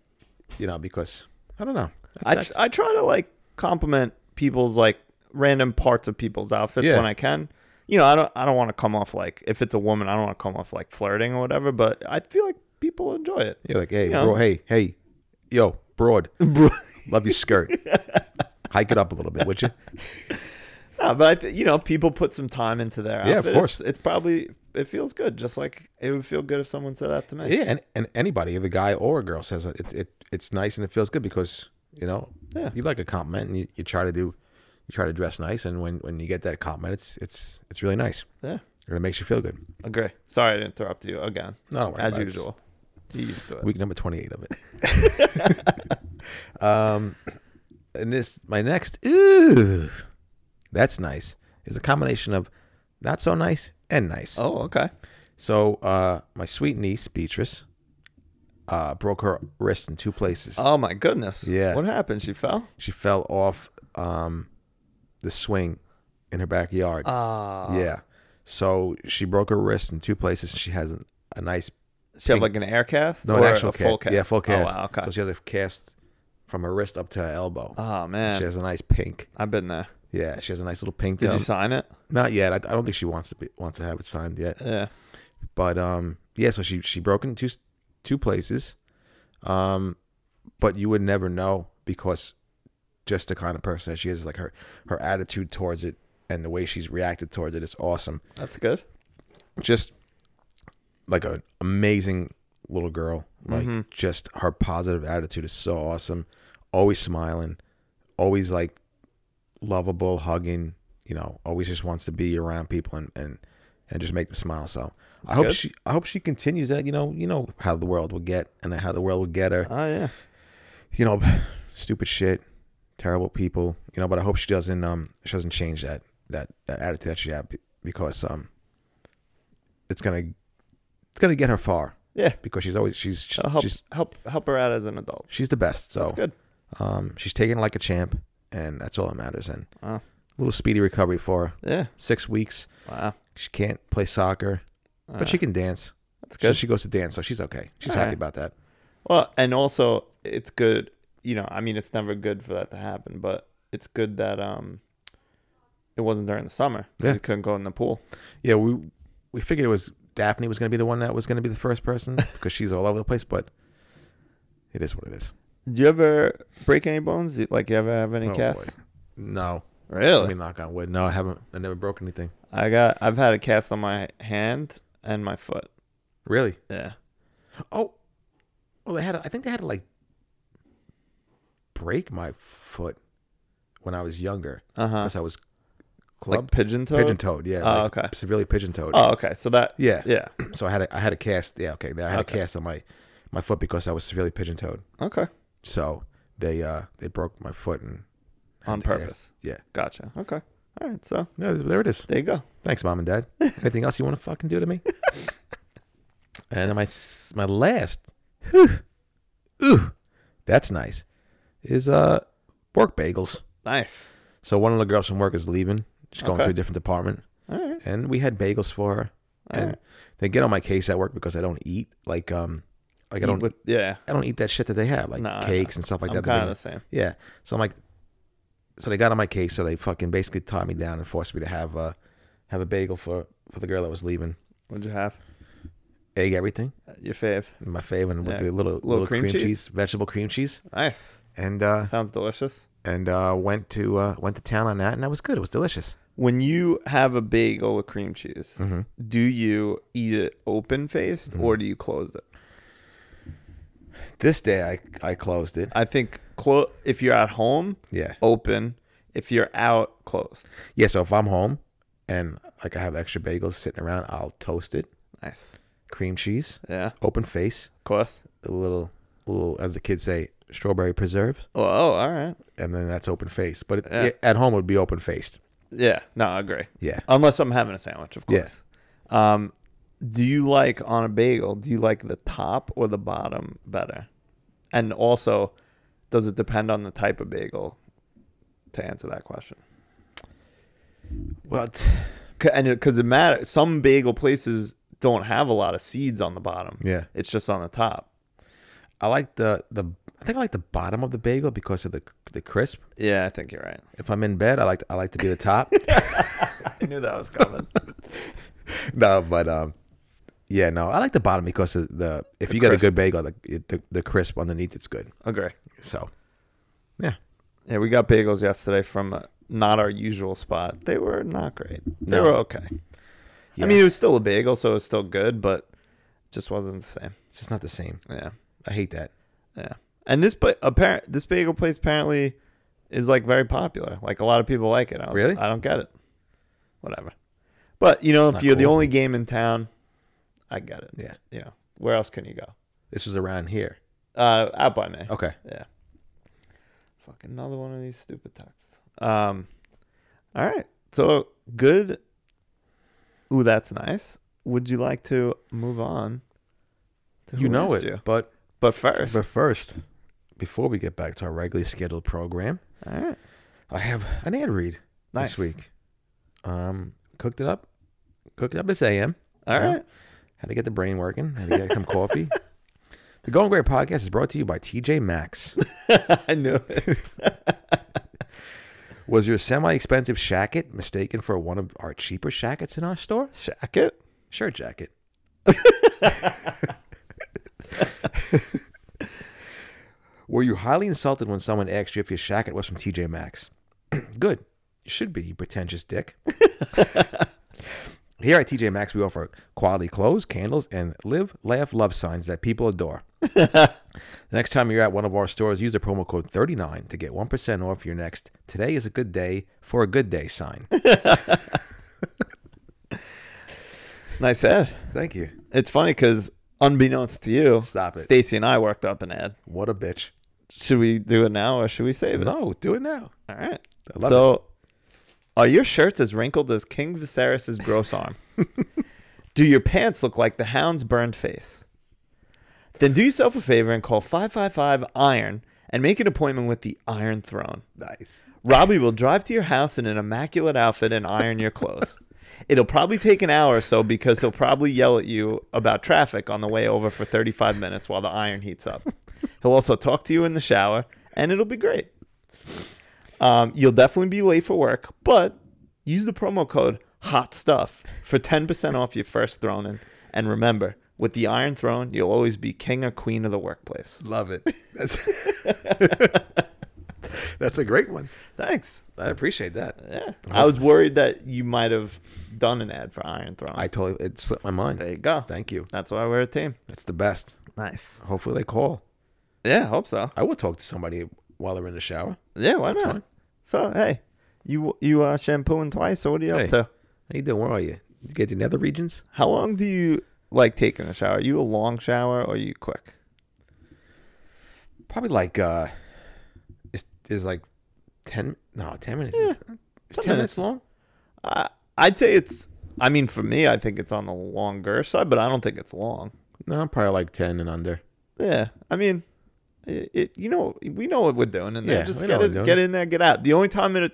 you know, because I don't know.
I, tr- I try to like compliment people's like random parts of people's outfits
Yeah.
when I can. You know, I don't I don't want to come off like if it's a woman, I don't want to come off like flirting or whatever. But I feel like people enjoy it.
You're like, hey,
You know?
bro, hey, hey, yo, broad, love your skirt. Hike it up a little bit, would you?
No, Uh, but I th- you know, people put some time into their outfit.
Yeah, of course.
It's, it's probably it feels good, just like it would feel good if someone said that to me.
Yeah, and, and anybody, the guy or a girl, says it, it, it, it's nice and it feels good because you know
Yeah.
you like a compliment and you, you try to do, you try to dress nice, and when, when you get that compliment, it's it's it's really nice
Yeah,
and it makes you feel good.
agree. Sorry to interrupt you again.
No, don't worry
as
about it.
usual. You used to it.
Week number twenty eight of it. um, and this my next ooh, that's nice. Is a combination of not so nice and nice.
oh, okay.
So uh, my sweet niece Beatrice, uh, broke her wrist in two places.
Oh my goodness.
Yeah.
What happened? She fell.
She fell off um, the swing in her backyard.
Ah.
yeah. So she broke her wrist in two places. And she has an, a nice,
She had like an air cast.
no, an
or
actual
a full
cast. Yeah, full cast.
Oh wow. Okay.
So she has a cast from her wrist up to her elbow.
oh man.
She has a nice pink.
I've been there.
Yeah, she has a nice little pink.
Did
um,
you sign it?
Not yet. I, I don't think she wants to be, wants to have it signed yet.
Yeah.
But um, yeah. So she she broke into two s- two places, um, but you would never know because just the kind of person that she is, like her her attitude towards it and the way she's reacted towards it is awesome.
That's good.
Just like an amazing little girl. Like just her positive attitude is so awesome. Always smiling, always like lovable, hugging. You know, always just wants to be around people and and and just make them smile. So I hope
good.
she I hope she continues that. You know, you know how the world will get and how the world will get her.
Oh yeah.
You know, stupid shit, terrible people. You know, but I hope she doesn't um she doesn't change that that that attitude that she had be- because um it's gonna it's gonna get her far
Yeah.
because she's always she's
That'll help
she's Oh.
help help her out as an adult.
she's the best. So
That's good.
um, she's taken like a champ, and that's all that matters. And a
Wow.
little speedy recovery for her.
Yeah.
Six weeks.
Wow.
She can't play soccer,
Uh,
but she can dance.
that's
So
good.
she goes to dance, so she's okay. She's happy
Alright.
about that.
Well, and also it's good, you know, I mean it's never good for that to happen, but it's good that um it wasn't during the summer. 'cause
Yeah.
You couldn't go in the pool.
Yeah, we we figured it was Daphne was going to be the one that was going to be the first person because she's all over the place, but it is what it is.
Did you ever break any bones? You- Like you ever have any
Oh, boy.
casts?
No,
Really?
let me knock on wood. No, I haven't. I never broke anything.
I got I've had a cast on my hand and my foot.
Really?
Yeah.
Oh, well, they had. I think they had to like break my foot when I was younger.
Uh-huh.
because I was
Like
clubbed,
pigeon toe?
pigeon toed. Yeah.
Oh,
like
okay.
Severely pigeon toed.
Oh, okay. So that
Yeah.
yeah.
So I had a, I had a cast. Yeah. Okay. I had
Okay.
a cast on my my foot because I was severely pigeon toed.
Okay.
So they uh they broke my foot and had
On
the cast.
purpose.
Yeah.
Gotcha. Okay. All right. So
No, there it is.
there you go.
Thanks, mom and dad. Anything else you want to fucking do to me? and then my s- my last, whew, ooh, that's nice, is uh work bagels.
Nice.
So one of the girls from work is leaving. She's going
Okay.
to a different department.
All right.
and we had bagels for her.
All
and
right.
they get on my case at work because I don't eat like um like I don't
With, yeah.
I don't eat that shit that they have like
Nah, I
cakes and stuff like
I'm
that.
kind of
that
the
they-
same.
yeah, so I'm like, so they got on my case, so they fucking basically tied me down and forced me to have uh have a bagel for for the girl that was leaving.
What'd you have?
Egg everything,
Your fave.
my favorite with
Yeah.
the little little, cream, cheese. vegetable cream cheese,
Nice.
and uh
Sounds delicious.
and uh went to uh went to town on that, and that was good. It was delicious.
When you have a bagel with cream cheese, do you eat it open faced or do you close it?
This day I I closed it.
I think clo- if you're at home,
Yeah.
open. If you're out, closed.
Yeah, so if I'm home and like I have extra bagels sitting around, I'll toast it,
Nice.
cream cheese,
Yeah. Of
open face,
course.
a little, little as the kids say, strawberry preserves,
Oh, oh, all right.
and then that's open face. But it,
Yeah.
it- at home it would be open faced.
Yeah. No, I agree.
Yeah.
Unless I'm having a sandwich, of
Yeah.
course. Um, do you like on a bagel, do you like the top or the bottom better? And also, does it depend on the type of bagel to answer that question?
Well,
C- And because it, matters, some bagel places don't have a lot of seeds on the bottom.
Yeah.
It's just on the top.
I like the the I think I like the bottom of the bagel because of the the crisp.
Yeah, I think you're right.
If I'm in bed, I like I like to be the top.
I knew that was coming.
no, but um, yeah, no, I like the bottom because of the if you got a
crisp.
good bagel, the, it- the the crisp underneath it's good.
agree.
So, yeah,
Yeah, we got bagels yesterday from uh, not our usual spot. They were not great. They
No.
were okay.
Yeah.
I mean, it was still a bagel, so it was still good, but just wasn't the same.
it's just not the same.
Yeah,
I hate that.
yeah. And this but apparent this bagel place apparently is like very popular. Like a lot of people like it. I was-
Really?
I don't get it. Whatever. But you know,
not
if you're the
cool.
only game in town, I get it.
Yeah.
You know, where else can you go?
This was around here.
Uh, out by me.
Okay.
Yeah. Fuck another one of these stupid texts. Um all right. So good. Ooh, that's nice. Would you like to move on to who
You know
asked
it, but
But first,
But first, before we get back to our regularly scheduled program,
all right.
I have an ad read
Nice.
this week. Um, cooked it up, cooked it up this AM.
All right.
Had to get the brain working. Had to get some coffee. The Going Great podcast is brought to you by TJ Maxx.
I knew it.
Was your semi-expensive shacket mistaken for one of our cheaper shackets in our store?
Shacket.
Shirt jacket. Were you highly insulted when someone asked you if your shacket was from TJ Maxx? Good. You should be, you pretentious dick. Here at TJ Maxx, we offer quality clothes, candles, and live, laugh, love signs that people adore. The next time you're at one of our stores, use the promo code 39 to get 1% off your next Today is a Good Day for a Good Day sign.
Nice ad.
Thank you.
It's funny because unbeknownst to you,
Stop it.
Stacy and I worked up an ad.
What a bitch.
Should we do it now or should we save it?
No, do it now.
All right.
I love
so, are your shirts as wrinkled as King Viserys' gross arm? do your pants look like the hound's burned face? Then do yourself a favor and call 555 Iron and make an appointment with the Iron Throne.
Nice.
Robbie will drive to your house in an immaculate outfit and iron your clothes. It'll probably take an hour or so because he'll probably yell at you about traffic on the way over for 35 minutes while the iron heats up. He'll also talk to you in the shower, and it'll be great. Um, you'll definitely be late for work, but use the promo code Hot Stuff for 10% off your first throne. in. And remember, with the Iron Throne, you'll always be king or queen of the workplace.
Love it. That's That's a great one.
Thanks.
I appreciate that.
Yeah. I was worried that you might have done an ad for Iron Throne.
I totally it slipped my mind.
there you go.
Thank you.
That's why we're a team.
That's the best.
Nice.
Hopefully they call.
Yeah, hope so.
I will talk to somebody while they're in the shower.
Yeah, why not?
fine.
So hey, you you uh, shampooing twice. So what are you
Hey.
up to?
How you doing? Where are you? You get your nether regions?
How long do you like taking a shower? Are you a long shower or are you quick?
Probably like uh it's is like ten no, ten minutes. is- It's ten minutes long?
I I'd say it's. I mean, for me, I think it's on the longer side, but I don't think it's long.
No, probably like ten and under.
Yeah, I mean, it, it you know we know what we're doing, and
Yeah,
then just
we know
get
what
it,
we're doing.
get in there, get out. The only time it,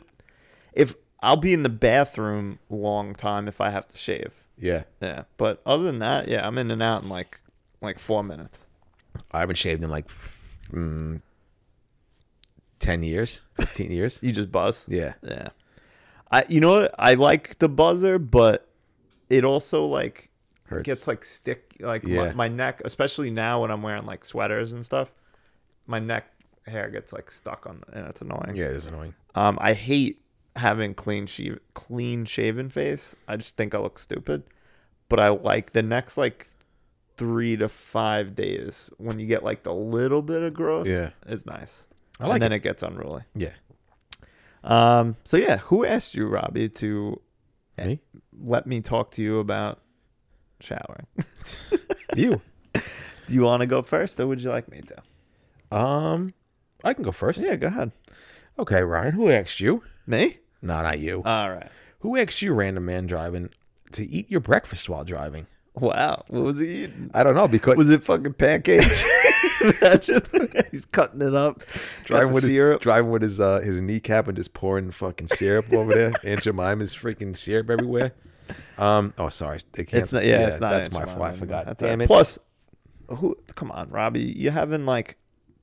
if I'll be in the bathroom long time if I have to shave.
Yeah.
Yeah, but other than that, yeah, I'm in and out in like like four minutes.
I haven't shaved in like mm, ten years, fifteen years.
You just buzz.
Yeah.
Yeah. I you know what I like the buzzer, but it also like
Hurts.
gets like stick like
Yeah.
my, my neck, especially now when I'm wearing like sweaters and stuff. My neck hair gets like stuck on, and it's annoying.
yeah, it's annoying.
Um, I hate having clean she- clean shaven face. I just think I look stupid. But I like the next like three to five days when you get like the little bit of growth.
Yeah.
it's nice.
I like
and then it gets unruly.
Yeah.
Um, so yeah, who asked you, Robbie, to
Me?
let me talk to you about showering?
you.
Do you want to go first, or would you like me to?
Um, I can go first.
Yeah, go ahead.
Okay, Ryan. Who asked you?
Me?
No, not you.
All right.
who asked you, random man driving, to eat your breakfast while driving?
Wow. What was he eating?
I don't know because
Was it fucking pancakes? Imagine. He's cutting it up. Got
driving
the
with
syrup.
his driving with his uh, his kneecap and just pouring fucking syrup over there. Aunt Jemima's freaking syrup everywhere. Um. Oh, sorry. They can't.
it's not. Yeah, it's not.
That's
an
my
enchilada
fault. I
anymore.
forgot.
That's
Damn
it.
it.
Plus, who? Come on, Robbie. You having like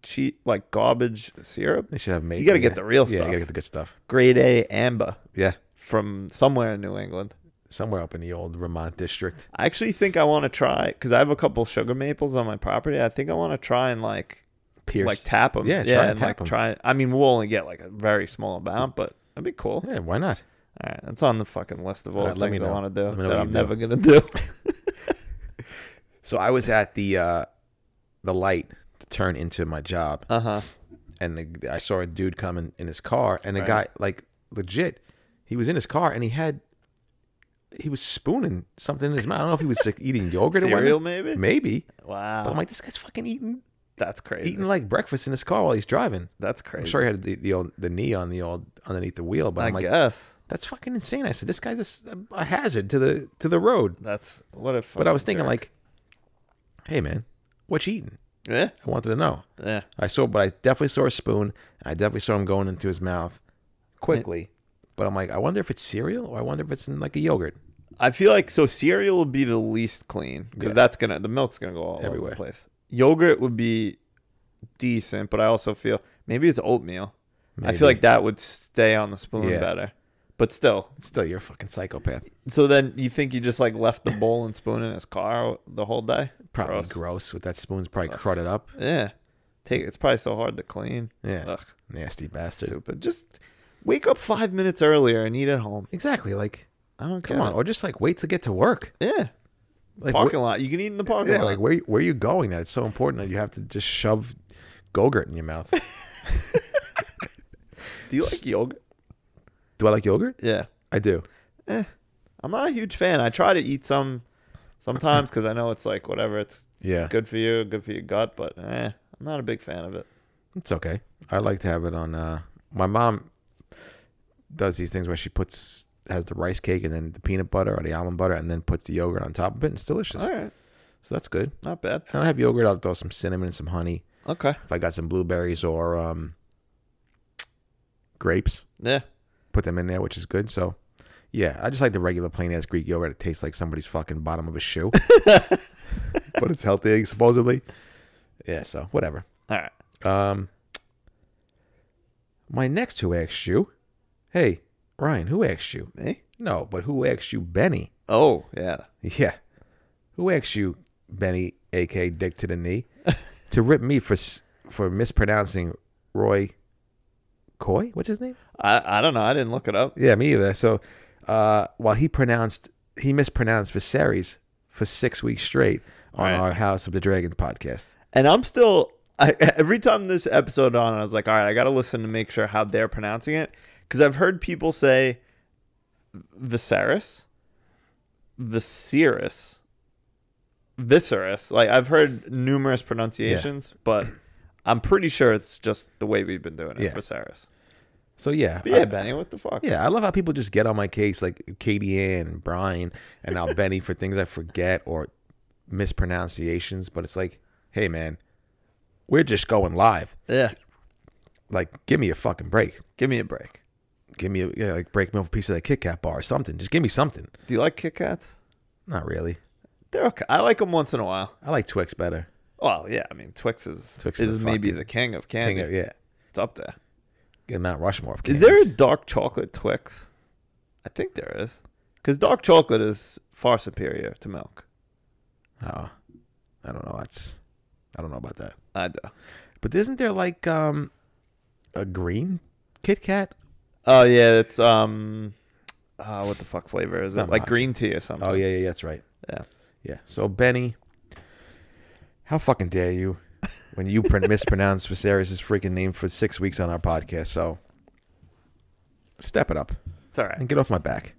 cheat like garbage syrup?
they should have made.
You got to get the real
yeah, Yeah,
stuff.
you gotta get the good stuff.
Grade A amber
Yeah,
from somewhere in New England.
somewhere up in the old Vermont district.
I actually think I want to try because I have a couple sugar maples on my property. I think I want to try and like
Pierce.
like tap them.
Yeah, try and
and
tap
like
'em.
try. I mean, we'll only get like a very small amount, but that'd be cool.
Yeah, why not?
All right, that's on the fucking list of all
Alright,
the
let me
things I
know.
want to
Let
do
me know
that
what
I'm
you do.
never gonna do.
So I was at the uh, the light to turn into my job,
uh huh.
and the, I saw a dude coming in his car, and a
Right.
guy like legit, he was in his car, and he had he was spooning something in his mouth. I don't know if he was like eating yogurt
Cereal,
or
maybe.
whatnot. maybe. But I'm
Wow,
like, this guy's fucking eating
that's crazy.
eating like breakfast in his car while he's driving.
That's
I'm
crazy.
sure he had the, the old the knee on the old underneath the wheel, but
I
I'm like,
guess
that's fucking insane. I said, this guy's a s- a, hazard to the to the road.
that's what if.
But I was thinking like, hey man, what you eating?
Yeah.
I wanted to know.
Yeah.
I saw, but I definitely saw a spoon. And I definitely saw him going into his mouth quickly. But I'm like, I wonder if it's cereal or I wonder if it's in like a yogurt.
I feel like so cereal would be the least clean because
Yeah.
that's gonna the milk's gonna go all over
Everywhere.
the place. Yogurt would be decent, but I also feel maybe it's oatmeal. I
Maybe.
feel like that would stay on the spoon
Yeah.
better. But still,
Still, you're a fucking psychopath.
so then you think you just like left the bowl and spoon in his car the whole day?
Probably
Gross.
gross. with that spoon's probably crudded up.
Yeah, take it's probably so hard to clean.
Yeah.
Ugh,
Nasty bastard.
stupid. Just wake up five minutes earlier and eat at home.
Exactly. Like,
I don't
come
care.
on. Or just like wait to get to work.
Yeah,
Like,
parking
wh-
lot. You can eat in the parking
Yeah,
lot.
like where, where are you going that it's so important that you have to just shove Gogurt in your mouth?
Do you like yogurt?
do I like yogurt?
Yeah.
I do.
I'm not a huge fan. I try to eat some sometimes because I know it's like whatever. It's
Yeah.
good for you, good for your gut, but eh, I'm not a big fan of it.
It's okay. I like to have it on. Uh, my mom does these things where she puts has the rice cake and then the peanut butter or the almond butter and then puts the yogurt on top of it. And it's delicious.
All right,
So that's good.
not bad.
And I have yogurt. I'll throw some cinnamon and some honey.
Okay.
If I got some blueberries or um, grapes,
Yeah.
put them in there, which is good. So yeah, I just like the regular plain ass Greek yogurt. It tastes like somebody's fucking bottom of a shoe, but it's healthy supposedly. Yeah. So whatever.
All right.
Um, my next who asked you? Hey, Ryan, who asked you?
Eh?
No, but who asked you, Benny?
Oh yeah.
Yeah, who asked you, Benny, aka Dick to the knee, to rip me for s- for mispronouncing Roy Coy? What's his name?
I I don't know. I didn't look it up.
Yeah, me either. So, uh, while he pronounced he mispronounced Viserys for six weeks straight on
Right.
our House of the Dragons podcast.
And I'm still I, every time this episode on, I was like, all right, I got to listen to make sure how they're pronouncing it because I've heard people say Viserys, Viserys, Viserys. Like I've heard numerous pronunciations, but I'm pretty sure it's just the way we've been doing it,
Yeah.
Viserys.
So yeah,
But yeah,
I-
Benny, what the fuck?
Yeah, I love how people just get on my case, like Katie Ann, Brian, and now Benny for things I forget or mispronunciations. But it's like, hey, man, we're just going live.
yeah.
Like, give me a fucking break.
Give me a break.
Give me a yeah, like break me off a piece of that Kit Kat bar or something. Just give me something.
Do you like Kit Kats?
Not really.
They're okay. I like them once in a while.
I like Twix better.
Well, yeah, I mean Twix is
Twix
is,
is the
maybe
fucking
the king of candy.
King of- yeah,
It's up there.
get Mount Rushmore. Of
Is there a
candies.
dark chocolate Twix? I think there is. Because dark chocolate is far superior to milk.
oh, I don't know. That's I don't know about that.
I do.
But isn't there like um a green Kit Kat?
Oh, yeah. It's, um, uh, what the fuck flavor is it?
Not
Like
matcha.
green tea or something.
Oh yeah, yeah, yeah, that's right.
Yeah.
Yeah. So Benny, how fucking dare you when you pr- mispronounce Viserys' freaking name for six weeks on our podcast? So step it up
It's all right.
and get off my back.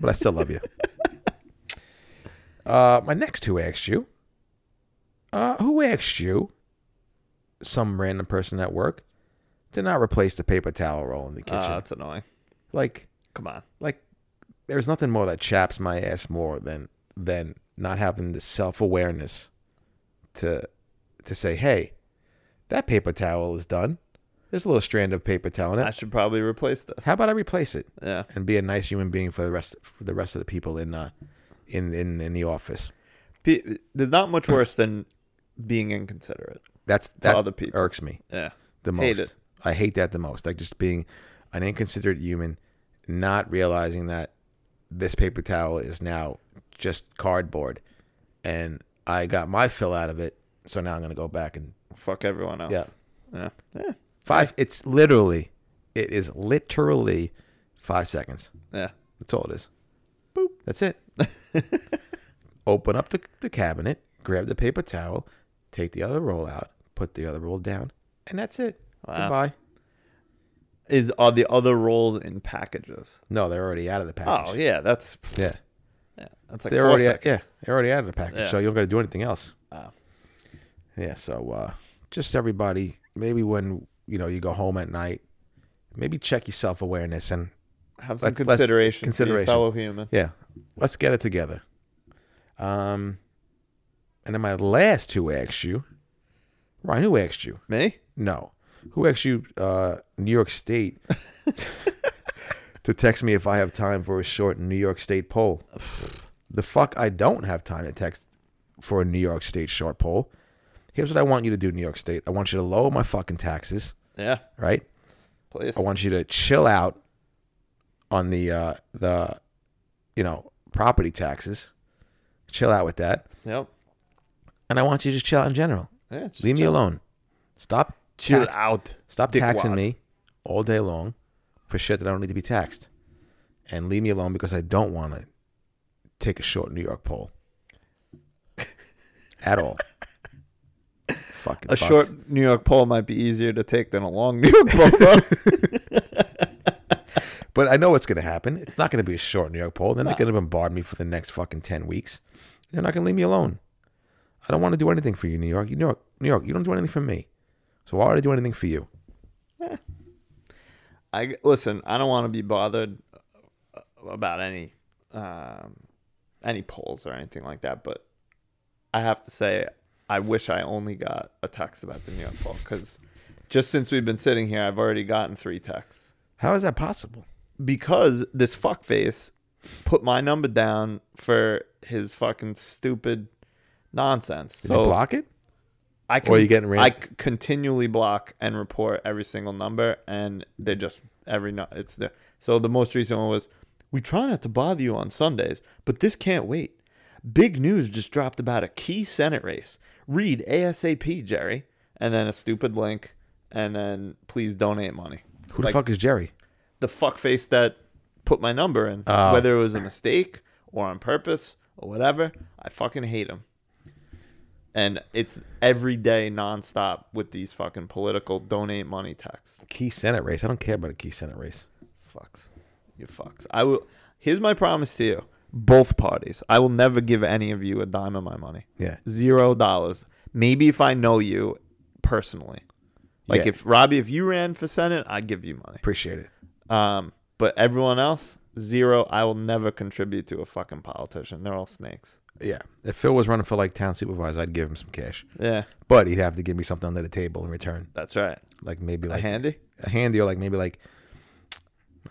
But I still love you. Uh, my next who asked you? Uh, who asked you? Some random person at work to not replace the paper towel roll in the kitchen.
Uh, that's annoying.
like
Come on.
like there's nothing more that chaps my ass more than than not having the self awareness to to say, hey, that paper towel is done. There's a little strand of paper towel in
I
it.
should probably replace this.
How about I replace it
Yeah.
and be a nice human being for the rest for the rest of the people in uh in in, in the office.
P- there's not much worse than being inconsiderate.
That's that
other people.
irks me
Yeah.
the most.
Hate it.
I hate that the most. Like just being an inconsiderate human, not realizing that this paper towel is now just cardboard, and I got my fill out of it. So now I'm gonna go back and
Fuck everyone else.
yeah,
Yeah. Yeah.
five. It's literally, it is literally five seconds.
Yeah.
That's all it is. Boop. That's it. Open up the, the cabinet, grab the paper towel, take the other roll out, put the other roll down, and that's it.
Wow.
Goodbye.
Is are the other rolls in packages?
No, they're already out of the package.
Oh yeah, that's
Yeah.
yeah, that's like
they're
four
already yeah,
seconds.
they're already out of the package,
Yeah.
so you don't got to do anything else.
Oh.
Yeah, so uh, just everybody, maybe when you know you go home at night, maybe check your self awareness and
Have some
Let's- let's-
consideration,
consideration.
for your fellow human.
yeah, let's get it together. Um, and then my last two asks you Ryan, who asked you?
Me?
No. Who asked you, uh, New York State, to text me if I have time for a short New York State poll? the fuck, I don't have time to text for a New York State short poll. Here's what I want you to do, New York State. I want you to lower my fucking taxes,
Yeah.
right?
Please.
I want you to chill out on the uh, the you know property taxes. Chill out with that,
Yep.
and I want you to just chill out in general.
Yeah, just
Leave me
chill-
alone. Stop.
Chill
tax-
out.
Stop
dickwad.
taxing me all day long for shit that I don't need to be taxed, and leave me alone because I don't want to take a short New York poll at all. Fucking
A
fucks.
short New York poll might be easier to take than a long New York poll. bro.
But I know what's going to happen. It's not going to be a short New York poll. They're not going to bombard me for the next fucking 10 weeks. They're not going to leave me alone. I don't want to do anything for you, New York. You New York, New York, you don't do anything for me. So why would I do anything for you?
I listen. I don't want to be bothered uh, about any um, any polls or anything like that. But I have to say, I wish I only got a text about the New York poll because just since we've been sitting here, I've already gotten three texts
How is that possible?
because this fuckface put my number down for his fucking stupid nonsense.
Did
so
you block it?
I
Or you getting ran-
I c- continually block and report every single number, and they just every no, it's there. So the most recent one was, we try not to bother you on Sundays, but this can't wait. Big news just dropped about a key Senate race. Read ASAP, Jerry, and then a stupid link, and then please donate money.
Who
Like,
the fuck is Jerry?
the fuckface that put my number in,
Oh.
whether it was a mistake or on purpose or whatever. I fucking hate him. And it's every day nonstop with these fucking political donate money texts.
Key Senate race. I don't care about a key Senate race.
Fucks. You fucks. I will. Here's my promise to you. Both parties. I will never give any of you a dime of my money.
Yeah.
Zero dollars. Maybe if I know you personally. Like
Yeah.
if Robbie, if you ran for Senate, I'd give you money.
Appreciate it.
Um, but everyone else, zero. I will never contribute to a fucking politician. They're all snakes.
Yeah. If Phil was running for like town supervisor, I'd give him some cash.
Yeah,
But he'd have to give me something under the table in return.
that's right.
Like maybe
A
like
handy.
a handy or like maybe like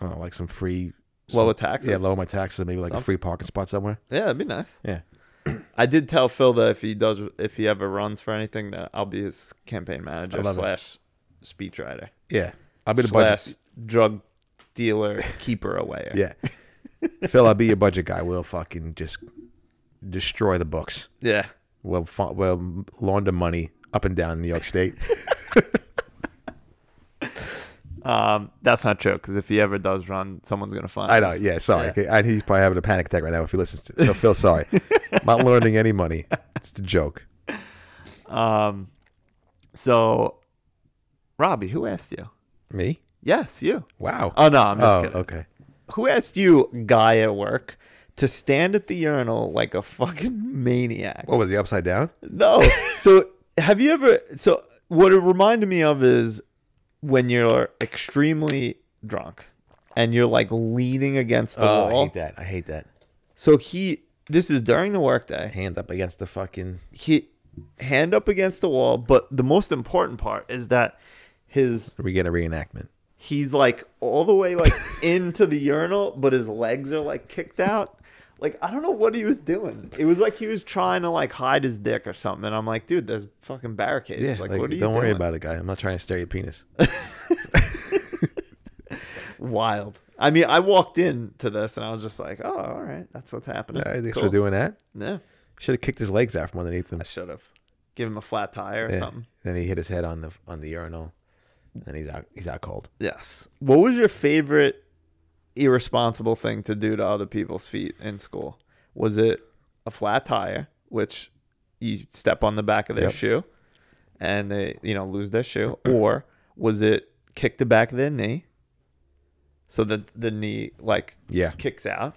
I don't know, like some free
Lower
some-
taxes?
Yeah, lower my taxes, maybe like a free parking spot somewhere.
Yeah, that'd be nice.
Yeah.
I did tell Phil that if he does, if he ever runs for anything, that I'll be his campaign manager
I love it.
slash speechwriter
Yeah. I'll be the budget.
slash drug dealer keeper away.
Yeah. Phil, I'll be your budget guy. We'll fucking just destroy the books.
yeah.
We'll, fu- we'll launder money up and down New York State.
Um, that's not true because if he ever does run, someone's gonna find.
I know.
us.
Yeah, sorry. And he's probably having a panic attack right now if he listens to So, Phil, sorry. Not laundering any money. It's a joke.
Um, so, Robbie, who asked you?
Me?
Yes, you.
Wow.
Oh no, I'm just
oh,
kidding.
okay.
who asked you, guy at work, to stand at the urinal like a
Mm-hmm.
fucking maniac?
What was he, upside down?
No. so have you ever? So what it reminded me of is when you're extremely drunk and you're like leaning against the
Oh, I
wall.
hate that. I hate that.
So he, this is during the workday
Hand up against the fucking.
he hand up against the wall but the most important part is that his
We get a reenactment.
he's like all the way like into the urinal but his legs are like kicked out like i don't know what he was doing it was like he was trying to like hide his dick or something and i'm like dude there's fucking barricades
Yeah,
like,
like,
what are you
don't worry
doing?
about it, guy. I'm not trying to stare at your penis.
wild i mean i walked into this and i was just like oh all right that's what's happening
All right, thanks
Cool.
for doing that.
yeah
Should have kicked his legs out from underneath him.
i should have give him a flat tire or
Yeah.
something
Then he hit his head on the on the urinal, and he's out. He's out cold.
Yes. What was your favorite irresponsible thing to do to other people's feet in school? Was it a flat tire, which you step on the back of their
Yep.
shoe and they, you know, lose their shoe, or was it kick the back of their knee so that the knee like
Yeah.
kicks out?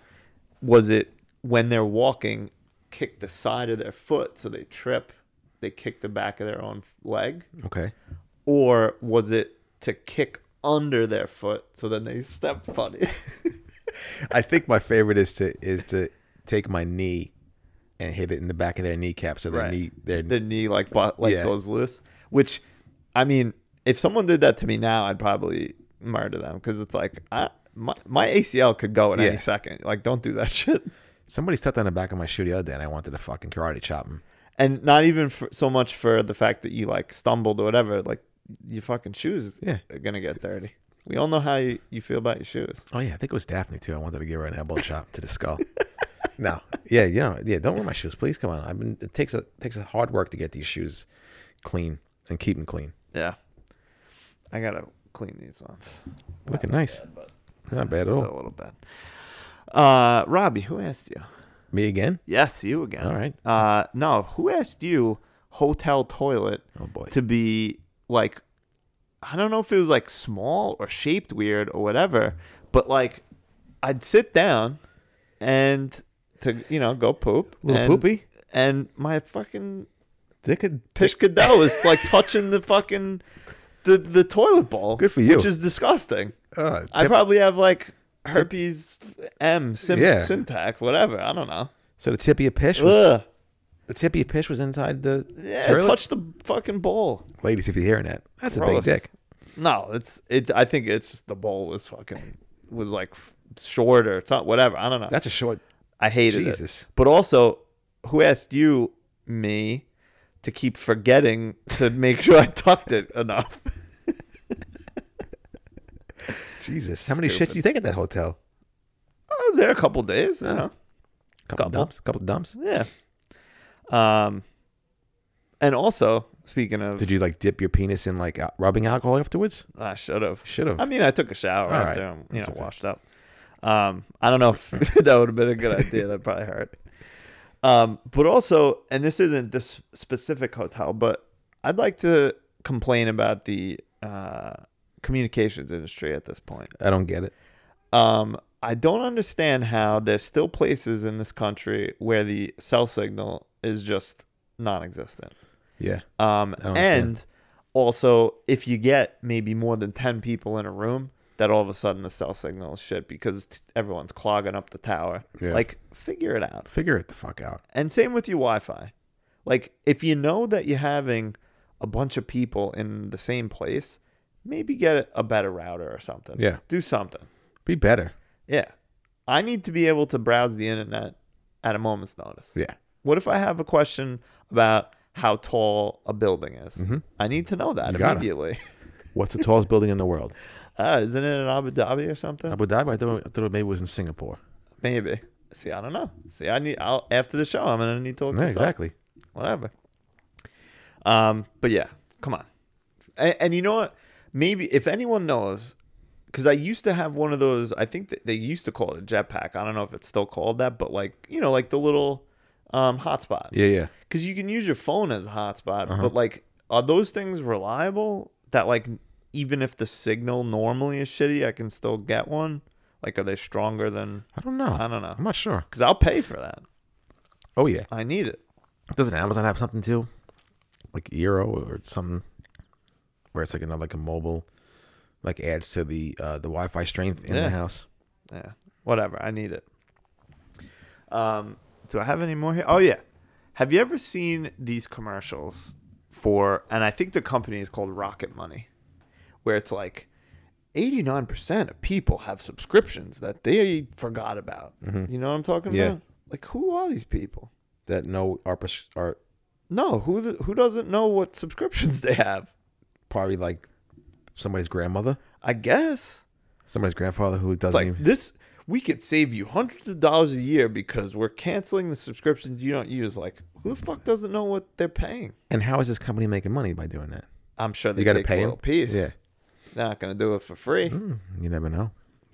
Was it when they're walking, kick the side of their foot so they trip, they kick the back of their own leg?
Okay.
or was it to kick under their foot so then they step funny?
I think my favorite is to is to take my knee and hit it in the back of their kneecap, so their
Right.
knee their
the knee like bo- like
Yeah.
goes loose. Which, I mean, if someone did that to me now, I'd probably murder them because it's like I, my my ACL could go at
Yeah.
any second. Like, don't do that shit.
Somebody stepped on the back of my shoe the other day, and I wanted to fucking karate chop him.
And not even for, so much for the fact that you like stumbled or whatever. Like, your fucking shoes
Yeah.
are gonna get dirty. We all know how you, you feel about your shoes.
Oh yeah, I think it was Daphne too. I wanted to give her an elbow chop to the skull. No, yeah, you know, yeah. Don't wear my shoes, please. Come on, I've been. It takes a takes a hard work to get these shoes clean and keep them clean.
Yeah, I gotta clean these ones.
Looking nice, not bad at
A
all.
little bit. Uh, Robbie, who asked you?
Me again?
Yes, you again.
All right.
Uh, no, who asked you hotel toilet
Oh boy.
to be like? I don't know if it was like small or shaped weird or whatever, but like, I'd sit down and to you know go poop
Little
and-
poopy?
and my fucking
They could
Pishkadel is like touching the fucking the the toilet bowl.
Good for you.
Which is disgusting.
Uh,
I
tip-
probably have like herpes M sym-
Yeah.
syntax, whatever. I don't know.
so the tip of your pish was
Ugh.
the tip of your pish was inside the
Yeah,
toilet.
touch the fucking bowl.
Ladies, if you're hearing that, that's a big
Gross.
dick.
No, it's it. I think it's the bowl was fucking was like f- short or something, whatever. I don't know.
That's a short.
I hated
Jesus.
it. But also, who asked you me to keep forgetting to make sure I tucked it enough?
Jesus, how many shits
Stupid.
do you take at that hotel?
I was there a couple days. You know.
Couple,
Couple.
dumps. Couple dumps.
Yeah. Um, and also speaking of,
Did you like dip your penis in like al- rubbing alcohol afterwards?
I should have.
Should have.
I mean, I took a shower
All right.
after I'm, you
That's
know,
okay.
washed up. Um, I don't know if that would have been a good idea. That probably hurt. Um, but also, and this isn't this specific hotel, but I'd like to complain about the uh, communications industry at this point.
I don't get it.
Um, I don't understand how there's still places in this country where the cell signal is just non-existent.
Yeah.
Um,
I don't understand.
and also, if you get maybe more than 10 people in a room, that all of a sudden the cell signal is shit because t- everyone's clogging up the tower.
Yeah.
Like, figure it out.
Figure it the fuck out.
And same with your Wi Fi. Like, if you know that you're having a bunch of people in the same place, maybe get a better router or something.
Yeah.
Do something.
Be better.
Yeah. I need to be able to browse the internet at a moment's notice.
Yeah.
What if I have a question about how tall a building is? I need to know that
Mm-hmm. You gotta.
immediately.
What's the tallest building in the world?
Uh, isn't it in Abu Dhabi or something?
Abu Dhabi. I thought, I thought it maybe was in Singapore.
Maybe. See, I don't know. See, I need. I'll after the show. I'm gonna need to look
Yeah,
this up.
exactly.
Whatever. Um, but yeah, come on. And, and you know what? Maybe if anyone knows, because I used to have one of those. I think that they used to call it a jetpack. I don't know if it's still called that, but like you know, like the little um, hotspot.
Yeah, yeah.
because you can use your phone as a hotspot, but like, are those things reliable? That like, even if the signal normally is shitty, I can still get one. Like, are they stronger than?
I don't know.
I don't know.
I'm not sure.
Because I'll pay for that.
Oh yeah.
I need it.
Doesn't Amazon have something too? Like Eero or something where it's like another like a mobile like adds to the uh the Wi Fi strength in the
Yeah.
house.
Yeah, whatever. I need it. Um, do I have any more here? Oh yeah. Have you ever seen these commercials for? And I think the company is called Rocket Money, where it's like. 89% of people have subscriptions that they forgot about. You know what I'm talking
Yeah.
about? Like who are these people?
That no are pres- are
No, who the, who doesn't know what subscriptions they have?
probably like somebody's grandmother,
I guess.
somebody's grandfather who
It's
doesn't
like
even
this we could save you hundreds of dollars a year because we're canceling the subscriptions you don't use. Like, who the fuck doesn't know what they're paying?
And how is this company making money by doing that?
I'm sure they
You gotta
take
pay
a
'em?
little piece.
Yeah.
They're not gonna do it for free.
You never know.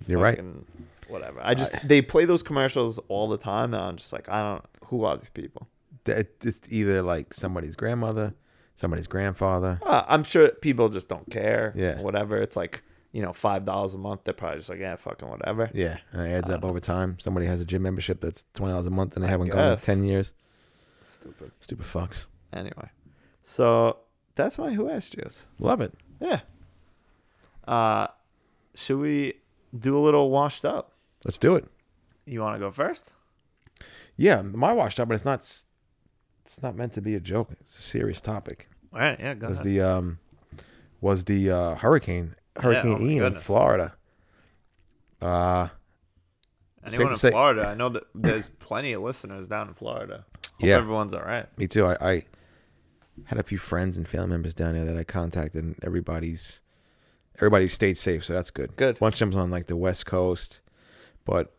You're right. Uh,
Fucking Whatever. I just they play those commercials all the time and I'm just like, I don't who are these people?
That- It's either like somebody's grandmother, somebody's grandfather.
Uh, I'm sure people just don't care.
Yeah.
Whatever. It's like, you know, five dollars a month. They're probably just like, yeah, fucking whatever.
Yeah, and it adds up
Um,
over time. Somebody has a gym membership that's twenty dollars a month, and they haven't gone in
guess.
ten years.
Stupid.
Stupid fucks.
Anyway. So that's my who asked yous.
Love it.
Yeah. Uh, should we do a little washed up?
Let's do it.
You want to go first?
Yeah, my washed up, but it's not. It's not meant to be a joke. It's a serious topic.
All right, yeah, go
was
ahead.
the um was the uh, hurricane Hurricane
oh my
Ian in
goodness.
Florida. Uh
Anyone in
say-
Florida? I know that there's plenty of listeners down in Florida. Hope
Yeah.
everyone's all right.
me too. I, I had a few friends and family members down there that I contacted and everybody's everybody stayed safe, so that's good.
Good.
A bunch of them's on like the west coast. But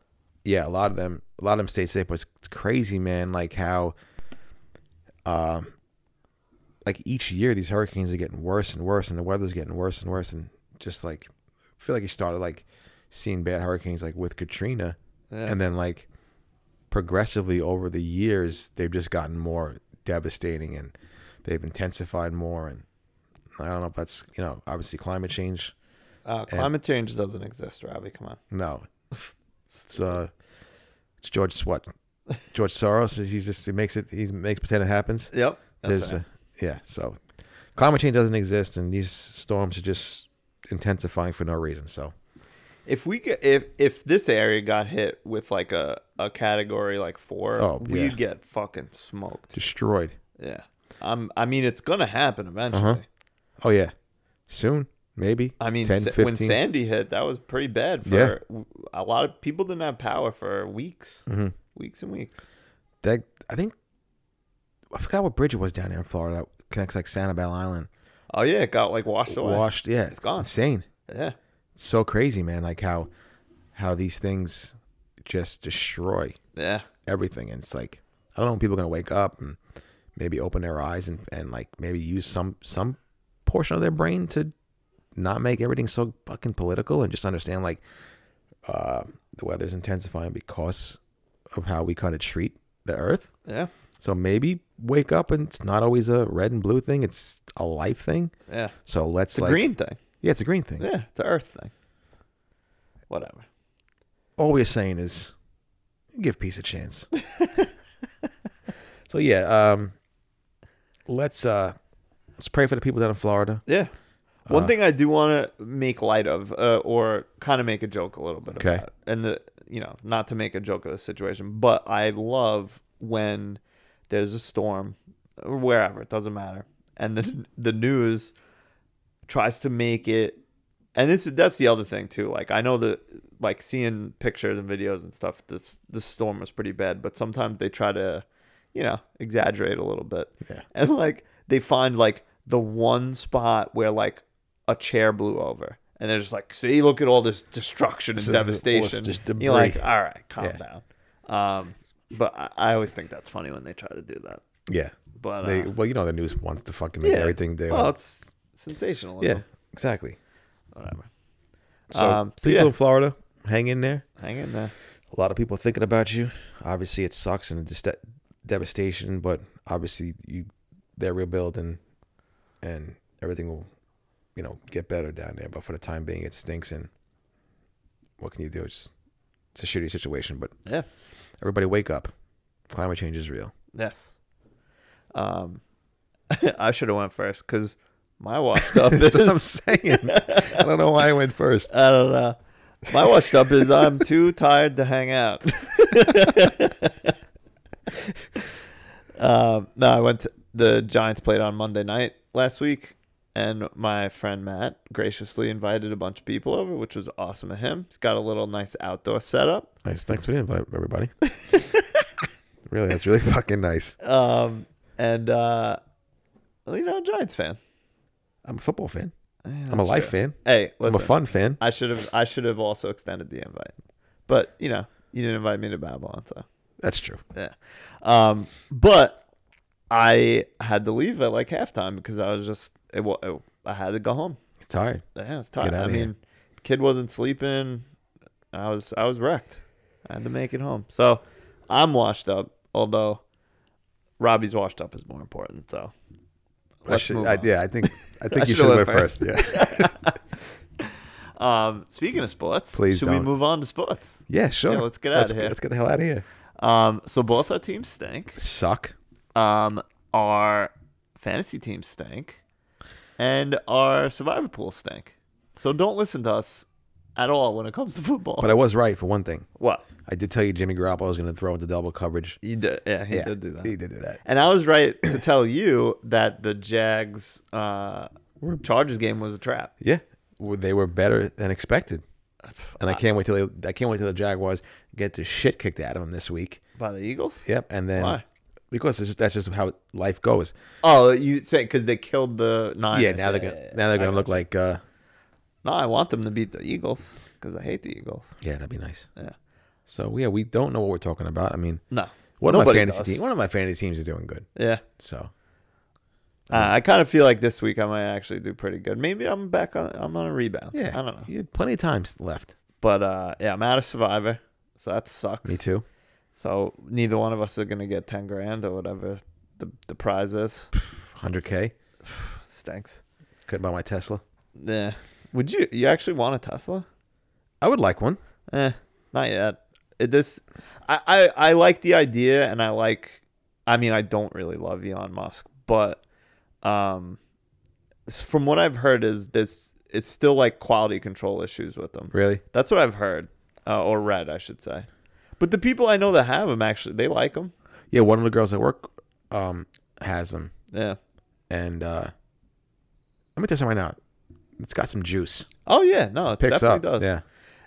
yeah, a lot of them a lot of them stayed safe, but it's, it's crazy, man, like how um like each year these hurricanes are getting worse and worse and the weather's getting worse and worse and just like I feel like you started like seeing bad hurricanes like with Katrina
uh,
and then like progressively over the years they've just gotten more devastating and they've intensified more and I don't know if that's you know obviously climate change
Uh, climate change doesn't exist, Robbie. Come on.
no it's uh it's George what George Soros he's just he makes it he makes pretend it happens
Yep.
there's a, yeah so climate change doesn't exist and these storms are just intensifying for no reason so
if we could, if if this area got hit with like a, a category like four,
Oh, yeah.
we'd get fucking smoked.
destroyed
Yeah. Um, I mean, it's gonna happen eventually.
oh yeah soon maybe
I mean,
10
Sa-
15
when Sandy hit, that was pretty bad for
Yeah.
w- a lot of people. Didn't have power for weeks,
Mm-hmm.
weeks and weeks.
that I think I forgot what bridge it was down there in Florida that connects like Sanibel Island.
Oh yeah, it got like washed away.
Washed, yeah,
It's gone.
Insane.
Yeah.
It's so crazy, man. Like how how these things just destroy
Yeah.
everything, and it's like I don't know when people are gonna wake up and maybe open their eyes and and like maybe use some some portion of their brain to not make everything so fucking political and just understand like uh, the weather's intensifying because of how we kind of treat the earth.
Yeah.
So maybe wake up and it's not always a red and blue thing. It's a life thing.
Yeah.
So let's
It's a
like
green thing.
Yeah, it's a green thing.
Yeah. It's an earth thing. Whatever.
All we're saying is give peace a chance. so yeah, um, let's uh, let's pray for the people down in Florida.
Yeah. One thing I do want to make light of, uh, or kind of make a joke a little bit
Okay.
about, and the, you know, not to make a joke of the situation, but I love when there's a storm, or wherever it doesn't matter, and the the news tries to make it, and this that's the other thing too. Like I know that, like seeing pictures and videos and stuff, this the storm was pretty bad, but sometimes they try to, you know, exaggerate a little bit,
Yeah.
and like they find like the one spot where like a chair blew over and they're just like see look at all this destruction and
So,
devastation
it's just
you're like
debris.
all right calm
Yeah.
down um but I, I always think that's funny when they try to do that
Yeah.
but
They
uh,
well, you know the news wants to fucking make
yeah
everything they
well it's sensational
Yeah, exactly.
whatever
So
Um, so
people
yeah.
in Florida, hang in there.
hang in there
a lot of people thinking about you. Obviously, it sucks and it's de- devastation, but obviously, you they're rebuilding, and everything will, you know, get better down there. But for the time being, it stinks, and what can you do? It's it's a shitty situation, but
yeah
everybody wake up. Climate change is real.
yes um i should have went first because my washed up is
That's what I'm saying. I don't know why I went first.
I don't know. My washed up is I'm too tired to hang out. um, no, I went to the Giants played on Monday night last week, and my friend Matt graciously invited a bunch of people over, which was awesome of him. He's got a little nice outdoor setup.
Nice, thanks for the invite, everybody. really, that's really fucking nice.
Um, and uh, well, you know, a Giants fan.
I'm a football fan. I'm a
that's
life
true.
fan.
Hey,
I'm
listen,
a fun fan.
I should have I should have also extended the invite, but you know, you didn't invite me to Babylon, so.
That's true.
Yeah. Um, but I had to leave at like halftime because I was just it, wa- it, I had to go home.
It's tired.
Yeah, I was tired.
Get
I
outta
mean,
here.
kid wasn't sleeping. I was I was wrecked. I had to make it home. So I'm washed up. Although Robbie's washed up is more important. So
I
Let's
should,
move
I,
on.
yeah, I think I think you
should've
should went
went
first. Yeah,
um, speaking of sports,
Please
should we
don't.
move on to sports?
yeah, sure.
Yeah, let's get outta
Let's
here.
Let's get the hell out of here.
Um, so both our teams stink.
Suck.
um, our fantasy team stank and our survivor pool stank. So don't listen to us at all when it comes to football.
But I was right for one thing.
what?
I did tell you Jimmy Garoppolo was going to throw into double coverage.
You did, yeah, he did do
He
that.
did do that.
And I was right to tell you that the Jags uh, Chargers game was a trap.
Yeah, Well, they were better than expected. And I can't wait till they, I can't wait till the Jaguars get the shit kicked out of them this week.
By the Eagles?
Yep, and then
Why?
because it's just, that's just how life goes.
Oh, you say because they killed the nine.
yeah, now they're gonna, now they're gonna look like uh,
No, I want them to beat the Eagles because I hate the Eagles.
yeah, that'd be nice.
Yeah.
So yeah, we don't know what we're talking about. I mean,
No.
one of my
nobody
fantasy
does.
team, one of my fantasy teams is doing good.
Yeah.
So
Uh, I kind of feel like this week I might actually do pretty good. Maybe I'm back on. I'm on a rebound.
yeah,
I don't know.
You had plenty of times left.
But uh, yeah, I'm out of Survivor, so that sucks.
Me too.
So neither one of us are gonna get ten grand or whatever the the prize is.
100k.
Stinks.
Could buy my Tesla.
Yeah. Would you? You actually want a Tesla?
I would like one.
Eh, not yet. It this, I, I I like the idea, and I like. I mean, I don't really love Elon Musk, but um, s- from what I've heard, is this it's still like quality control issues with them.
Really?
That's what I've heard uh, or read, I should say. But the people I know that have them actually, they like them.
Yeah, one of the girls at work um has them,
Yeah.
and uh let me tell you something right now. It's got some juice.
Oh yeah, no, it
Picks
definitely
up.
does.
Yeah.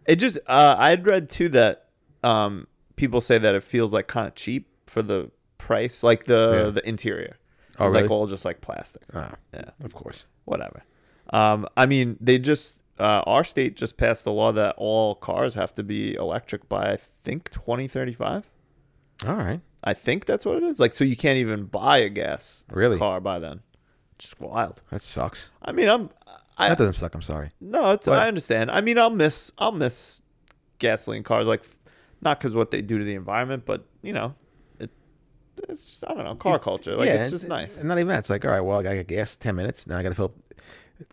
It just uh, I had read too that um, people say that it feels like kind of cheap for the price, like the
Yeah.
the interior.
Oh,
it's like
really?
all just like plastic.
Ah,
Yeah.
Of course.
Whatever. Um, I mean, they just uh, our state just passed a law that all cars have to be electric by I think 2035.
All right.
I think that's what it is. Like so you can't even buy a gas
Really?
car by then. Just wild.
That sucks.
I mean, I'm I
That doesn't suck. I'm sorry.
No, it's,
But-
I understand. I mean, I'll miss I'll miss gasoline cars, like f- not because what they do to the environment, but you know, it, it's just, I don't know car culture. Like it's
and-
just nice.
And not even that. It's like, all right, well, I got to get gas 10 minutes. Now I got to fill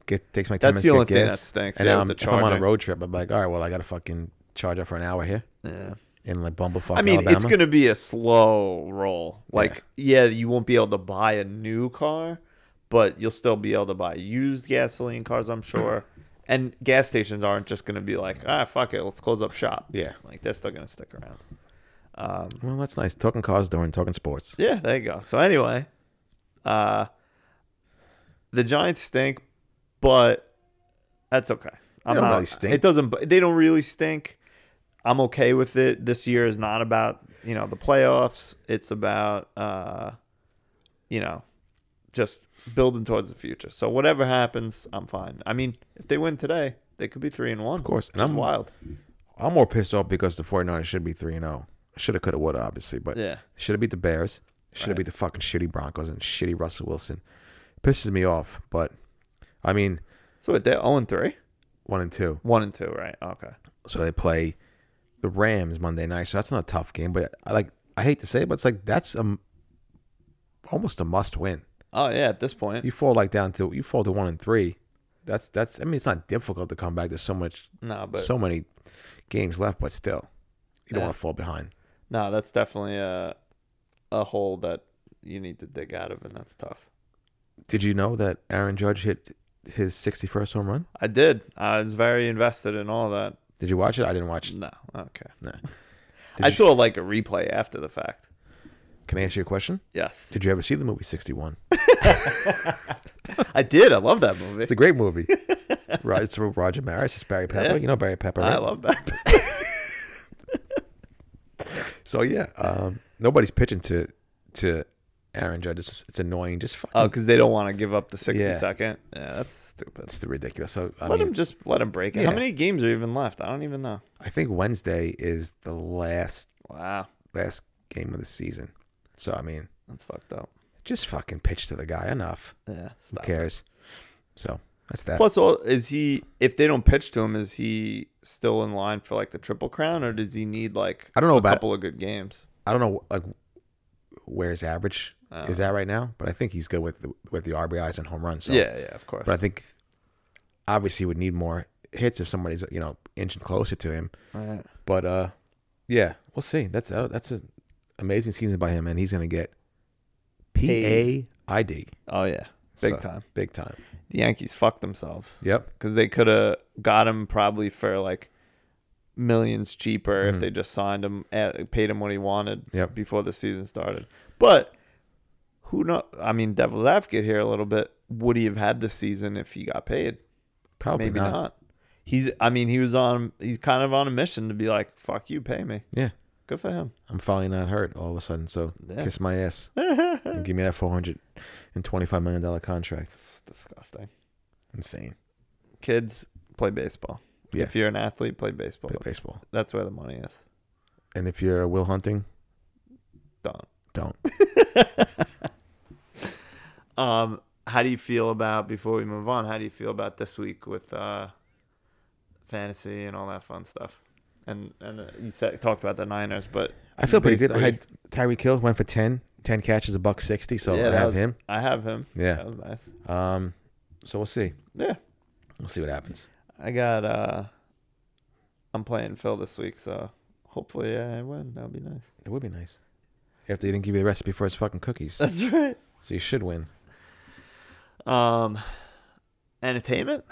Get, takes my 10 minutes
That's the
to
only
get
thing
gas.
that stinks,
And
yeah,
now
with
I'm,
the
if I'm on a
charger.
road trip, I'm like, all right, well, I got to fucking charge up for an hour here
yeah.
in like Bumblefuck,
I mean,
Alabama.
it's gonna be a slow roll. Like yeah. you won't be able to buy a new car, but you'll still be able to buy used gasoline cars, I'm sure. And gas stations aren't just gonna be like, ah, fuck it, let's close up shop.
Yeah.
like they're still gonna stick around.
Well, that's nice. Talking cars during talking sports.
Yeah, there you go. So anyway, uh the Giants stink, but that's okay. I'm
don't
not,
really stink.
It doesn't. bu- They don't really stink. I'm okay with it. This year is not about you know the playoffs. It's about uh, you know just building towards the future. So whatever happens, I'm fine. I mean, if they win today, they could be three and one. Of
course, and
and I'm
I'm-
wild.
I'm more pissed off because the 49ers should be oh. 3 0. Should have, could have, would have, obviously. But
Yeah.
should have beat the Bears. Should have beat the fucking shitty Broncos and shitty Russell Wilson. Pisses me off. But, I mean,
So what, they're zero and three,
1 and 2.
one and two, right? Okay.
So they play the Rams Monday night. So that's not a tough game, but I like I hate to say it, but it's like that's a almost a must win.
Oh yeah, at this point,
You fall like down to you fall to one and three. That's that's I mean it's not difficult to come back. There's so much
no, but
so many games left, but still. You don't
Yeah.
want to fall behind.
No, that's definitely a a hole that you need to dig out of, and that's tough.
Did you know that Aaron Judge hit his sixty first home run?
I did. I was very invested in all that.
Did you watch it? I didn't watch it.
No, okay.
No.
I saw like a replay after the fact.
Can I ask you a question?
Yes,
Did you ever see the movie sixty one?
I did. I love that movie.
It's a great movie. Ro- it's from Roger Maris, it's Barry Pepper. You know Barry Pepper.
I
right?
love that.
So yeah, um, nobody's pitching to to Aaron Judge. It's, it's annoying. Just fucking,
oh, because they don't want to give up the sixty second.
Yeah.
yeah. that's stupid.
it's ridiculous. So I
let
mean,
him just let him break it. How
Yeah.
many games are even left? I don't even know.
I think Wednesday is the last
Wow,
last game of the season. So I mean,
that's fucked up.
just fucking pitch to the guy. Enough. Who
Yeah, stop.
cares? So that's that.
Plus, all is he? If they don't pitch to him, is he still in line for like the triple crown, or does he need like
I don't know
a
about-
couple of good games?
I don't know like where his average
Oh.
is at right now, but I think he's good with the, with the RBIs and home runs. So.
yeah, yeah, of course.
But I think obviously he would need more hits if somebody's you know inching closer to him.
Right.
But uh, yeah, we'll see. That's uh, that's an amazing season by him, and he's gonna get P A I D
Oh yeah, big time.
big time.
the Yankees fucked themselves.
Yep.
because they could have got him probably for like millions cheaper if they just signed him, at, paid him what he wanted
Mm-hmm. Yep.
before the season started. But who know? I mean, devil's advocate here a little bit. Would he have had the season if he got paid?
Probably
Maybe
not.
not. He's. I mean, he was on. He's kind of on a mission to be like, "Fuck you, pay me."
Yeah.
Good for him.
I'm finally not hurt all of a sudden. So
Yeah.
kiss my ass. and give me that four hundred and twenty-five million dollar contract.
It's disgusting.
Insane.
Kids play baseball.
Yeah.
If you're an athlete, play baseball.
Play baseball.
That's where the money is.
And if you're Will Hunting,
Don't.
don't.
Um, how do you feel about before we move on? How do you feel about this week with uh, fantasy and all that fun stuff? And and uh, you said, talked about the Niners, but
I feel pretty good. I had
basically-
Tyreek Hill went for 10, 10 catches, a buck sixty. So I
that
have
was-
him.
I have him.
Yeah.
that was nice.
Um, so we'll see.
Yeah,
We'll see what happens.
I got. uh I'm playing Phil this week, so hopefully I win. That would be nice.
It would be nice. After they didn't give you the recipe for his fucking cookies, so
That's right.
you should win.
Um, entertainment.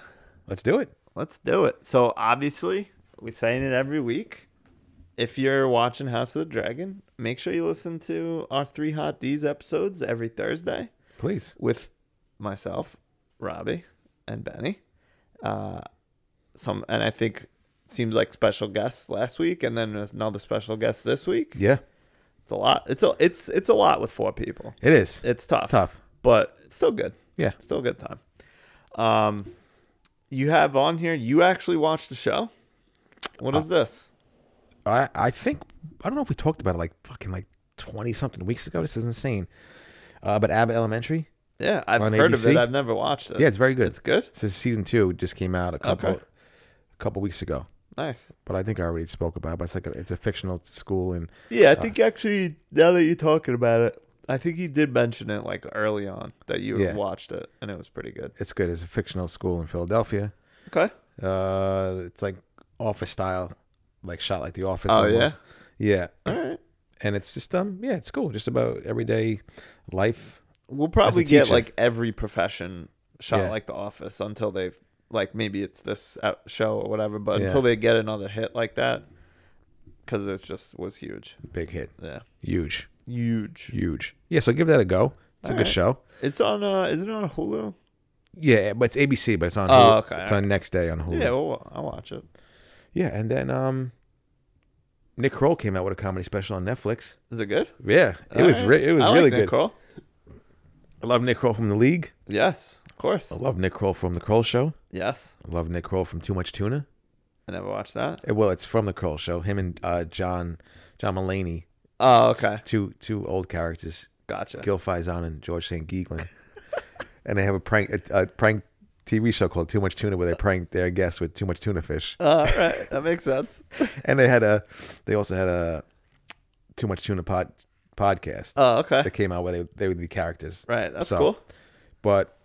Let's do it.
Let's do it. So obviously, we're saying it every week. If you're watching House of the Dragon, make sure you listen to our three hot D's episodes every Thursday
Please.
with myself, Robbie, and Benny. Uh, some and I think it seems like special guests last week, and then another special guest this week.
Yeah,
It's a lot. It's a it's it's a lot with four people.
it is.
It's tough.
It's tough.
but it's still good.
Yeah.
Still a good time. Um, you have on here. You actually watched the show. What is this?
I, I think I don't know if we talked about it like fucking like twenty something weeks ago. This is insane. Uh, but Abbott Elementary,
Yeah, I've
on
heard of it.
ABC?
I've never watched it.
yeah, it's very good.
It's good.
So season two just came out a couple
Okay.
a couple weeks ago.
Nice.
But I think I already spoke about. it. But it's like a, it's a fictional school, and
Yeah, I think actually now that you're talking about it, I think he did mention it like early on that you
Yeah.
watched it and it was pretty good.
it's good. It's a fictional school in Philadelphia.
Okay.
Uh, it's like office style, like shot like the office.
Oh,
yeah, yeah.
All right.
And it's just um, yeah, it's cool. Just about everyday life.
We'll probably get
teacher.
like every profession shot
Yeah.
like The Office until they've like maybe it's this uh, show or whatever, but
Yeah.
until they get another hit like that, because it just was huge.
Big hit,
Yeah,
huge,
huge.
huge. Yeah, so give that a go. It's a
All
good
right.
show.
It's on. uh Is it on Hulu?
Yeah, but it's ABC, but it's on.
Oh,
Hulu.
okay,
It's on next day on Hulu.
Yeah,
Yeah,
well, I'll watch it.
and then um, Nick Kroll came out with a comedy special on Netflix.
Is it good?
Yeah, it
All
was
right.
re- it was
I like
really
Nick
good.
Kroll.
I love Nick Kroll from the League.
Yes, of course.
I love Nick Kroll from the Kroll Show.
Yes,
I love Nick Kroll from Too Much Tuna.
I never watched that.
Eh, Well, it's from the Kroll Show. Him and uh, John John Mulaney.
Oh, okay,
Two two old characters,
gotcha.
Gil Faison and George St. Geeglin, and they have a prank a, a prank TV show called Too Much Tuna where they prank their guests with too much tuna fish.
All right, that makes sense.
and they had a they also had a too much tuna pod podcast
Oh, okay.
that came out where they they would be characters
Right, that's
So,
cool.
but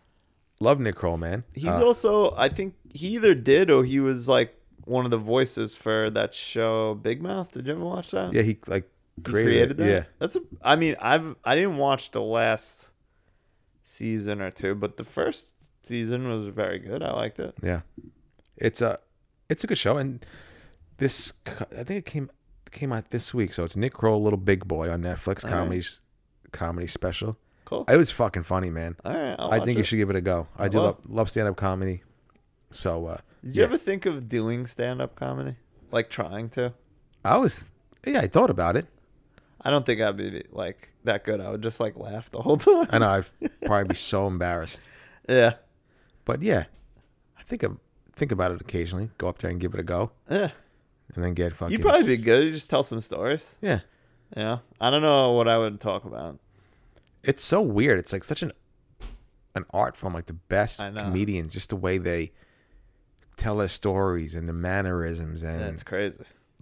love nick kroll man
He's
Uh,
also, I think he either did or he was like one of the voices for that show Big Mouth. Did you ever watch that?
yeah he like
He
created, it.
that.
yeah
that's a. I mean, I've I didn't watch the last season or two, but the first season was very good. I liked it.
yeah it's a it's a good show and this co- i think it came came out this week so it's nick kroll little big boy on netflix
All right.
comedy comedy special
Cool.
it was fucking funny man
All right, I'll
i
watch
think you
it.
should give it a go i do
will.
love, love stand-up comedy so uh
Did you
yeah.
ever think of doing stand up comedy? Like trying to?
i was yeah i thought about it
I don't think I'd be like that good. I would just like laugh the whole time.
I know I'd probably be so embarrassed.
Yeah.
But yeah, I think I think about it occasionally. Go up there and give it a go,
Yeah.
and then get fucking.
You'd probably be good. You just tell some stories.
yeah.
You know? I don't know what I would talk about.
It's so weird. It's like such an an art form. Like the best
I know.
comedians, just the way they tell their stories and the mannerisms and
That's crazy.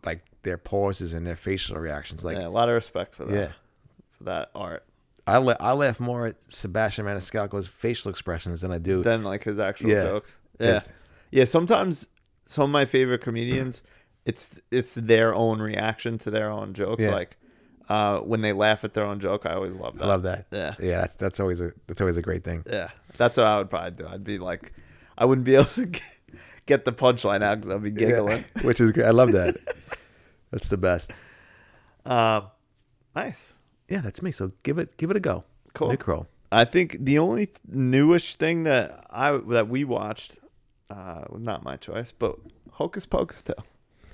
like their pauses and their facial reactions. Like
yeah, a lot of respect for that.
Yeah.
For that art.
I la- I laugh more at Sebastian Maniscalco's facial expressions than I do.
Than like his actual
Yeah.
jokes. Yeah.
That's-
Yeah. Sometimes some of my favorite comedians, it's it's their own reaction to their own jokes.
Yeah.
Like uh, when they laugh at their own joke. I always love that.
I love that.
Yeah.
yeah. That's that's always a that's always a great thing.
Yeah, that's what I would probably do. I'd be like, I wouldn't be able to g- get the punchline out because I'd be giggling.
Yeah, which is great. I love that. that's the best.
Um, nice.
Yeah, that's me. So give it give it a go.
Cool.
Nick Kroll.
I think the only th- newish thing that I that we watched, uh, was not my choice, but Hocus Pocus Tale.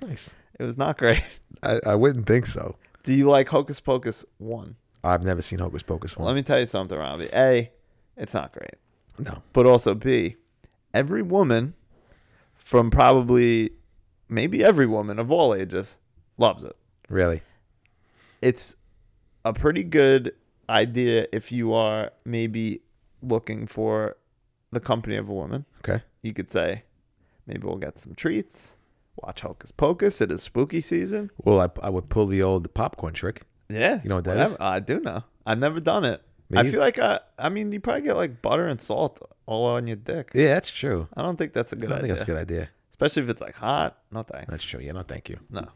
Nice.
It was not great.
I, I wouldn't think so.
Do you like Hocus Pocus one?
I've never seen Hocus Pocus one.
Let me tell you something, Robbie. A, it's not great.
no.
But also B, every woman from probably maybe every woman of all ages loves it.
Really?
It's a pretty good idea if you are maybe looking for the company of a woman.
Okay.
You could say, maybe we'll get some treats, watch Hocus Pocus. It is spooky season.
Well, I, I would pull the old popcorn trick.
Yeah.
You know what that is?
I do know. I've never done it.
Me
I
either.
feel like I, I mean, you probably get like butter and salt all on your dick.
Yeah, that's true.
I don't think that's a good
I
idea.
think that's a good idea.
Especially if it's like hot. No thanks.
That's true. Yeah, no, thank you.
no.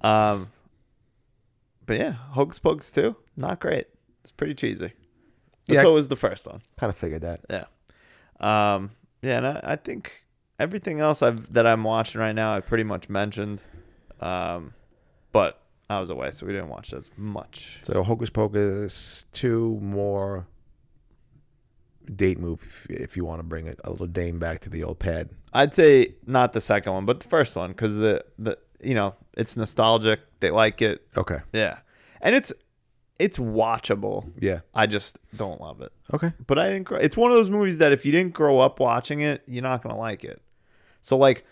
Um, but yeah, Hocus Pocus too. Not great. It's pretty cheesy. But
Yeah.
so was the first one.
Kind of figured that.
Yeah. Um, yeah, and I, I think everything else I've that I'm watching right now I pretty much mentioned. Um, but I was away, so we didn't watch as much.
So Hocus Pocus, two more date move if, if you want to bring a, a little dame back to the old pad.
I'd say not the second one, but the first one because the the you know it's nostalgic. They like it.
Okay.
Yeah, and it's it's watchable.
Yeah.
I just don't love it.
Okay.
But I didn't. Grow, it's one of those movies that if you didn't grow up watching it, you're not gonna like it. So like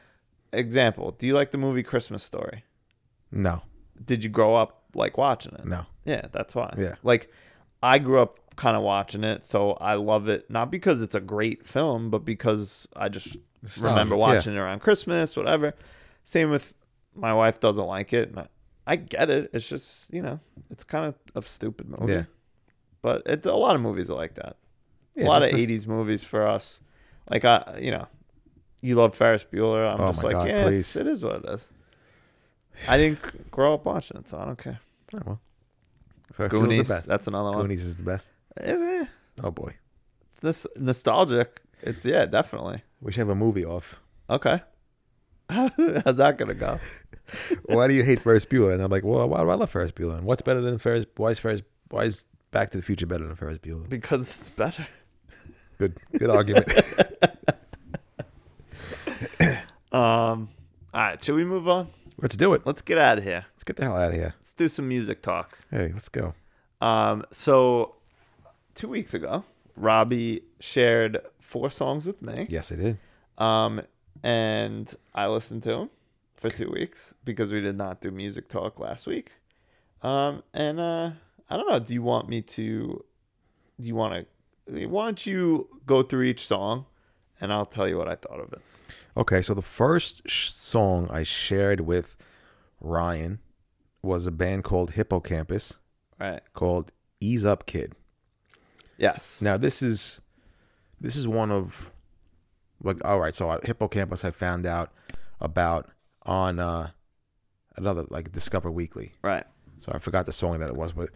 example, do you like the movie Christmas Story?
No.
Did you grow up like watching it?
No.
Yeah, that's why.
Yeah.
Like I grew up kind of watching it, so I love it not because it's a great film, but because I just
Nostalgia,
remember
yeah.
watching it around Christmas, whatever. Same with my wife doesn't like it, and I, I get it. It's just you know, it's kind of a stupid movie.
Yeah.
But it's a lot of movies are like that.
Yeah,
a lot
just
of
this-
'80s movies for us. Like I, you know, you love Ferris Bueller. I'm
Oh
just
my
like,
God,
yeah, it's,
please.
it is what it is. I didn't grow up watching it, so I don't care.
Oh, well. Ferris Bueller's the
Goonies,
best.
that's another one.
Goonies is the best.
Eh, eh,
Oh boy.
this nostalgic. It's yeah, definitely.
We should have a movie off.
Okay. How's that gonna go?
why do you hate Ferris Bueller? And I'm like, well, why do I love Ferris Bueller? And what's better than Ferris? Why is Ferris? Why is Back to the Future better than Ferris Bueller?
Because it's better.
Good, good argument.
Um. All right. Should we move on?
Let's do it.
Let's get out of here.
Let's get the hell out of here.
Let's do some music talk.
Hey, let's go.
Um. So, two weeks ago, Robbie shared four songs with me.
Yes, I did.
Um. And I listened to him for two weeks because we did not do music talk last week. Um. And uh, I don't know. Do you want me to? Do you want to? Why don't you go through each song, and I'll tell you what I thought of it.
Okay, so the first sh- song I shared with Ryan was a band called Hippocampus
Right.
called Ease Up Kid.
Yes.
Now this is this is one of like all right. So I, hippocampus, I found out about on uh another like Discover Weekly.
Right.
So I forgot the song that it was, but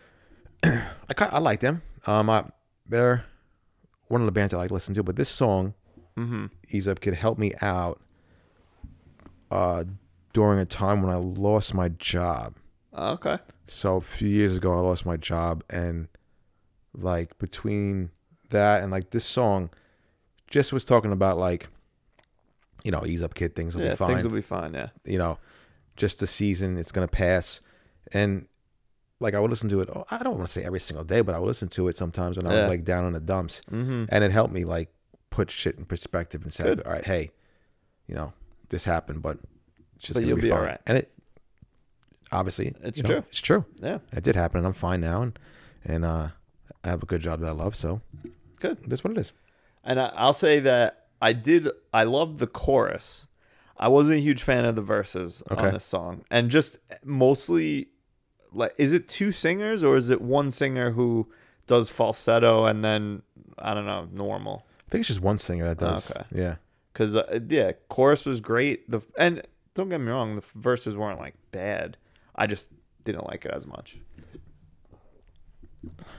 I kind I like them. Um, I, they're one of the bands I like to listen to. But this song,
Mm-hmm.
Ease Up Kid, helped me out uh during a time when I lost my job.
Okay.
So a few years ago, I lost my job, and like between that and like this song, just was talking about like, you know, ease up, kid. Things will
yeah,
be fine.
things will be fine. Yeah.
you know, just the season. It's gonna pass, and like I would listen to it. oh, I don't want to say every single day, but I would listen to it sometimes when I
Yeah.
was like down in the dumps,
Mm-hmm.
and it helped me like put shit in perspective and say,
Good.
all right, hey, you know, this happened, but it's just
But
gonna
you'll
be,
be all
fine.
right.
And it obviously,
It's
you know,
true.
it's true
Yeah.
it did happen and i'm fine now and and uh i have a good job that i love so
Good.
that's what it is
And I, I'll say that I did. I loved the chorus. I wasn't a huge fan of the verses
Okay.
on this song, and just mostly like, is it two singers or is it one singer who does falsetto and then I don't know normal?
i think it's just one singer that does
Oh, Okay.
yeah
Because uh, yeah, chorus was great. The and don't get me wrong, the verses weren't like bad. I just didn't like it as much.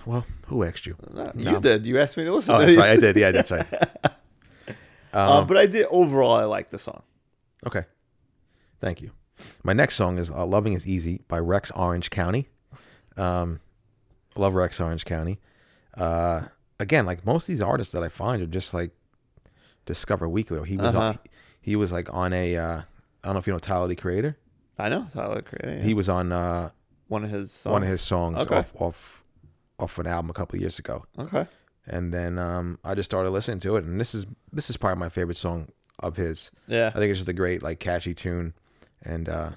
Well, who asked you?
No,
No.
You did. You asked me to listen.
Oh,
to
that's
these.
right. I did. Um, Yeah, that's right.
Uh, but I did overall. I like the song.
Okay. Thank you. My next song is uh, Loving is Easy by Rex Orange County. Um, I love Rex Orange County. Uh, again, like most of these artists that I find are just like Discover Weekly. Or He was on,
Uh-huh.
he was like on a, uh, I don't know if you know Tyler the Creator.
I know Tyler Creator. yeah.
He was on uh,
one of his songs.
one of his songs
Okay.
off, off off an album a couple of years ago.
Okay.
And then um, I just started listening to it, and this is this is probably my favorite song of his.
Yeah.
I think it's just a great, like, catchy tune. And uh,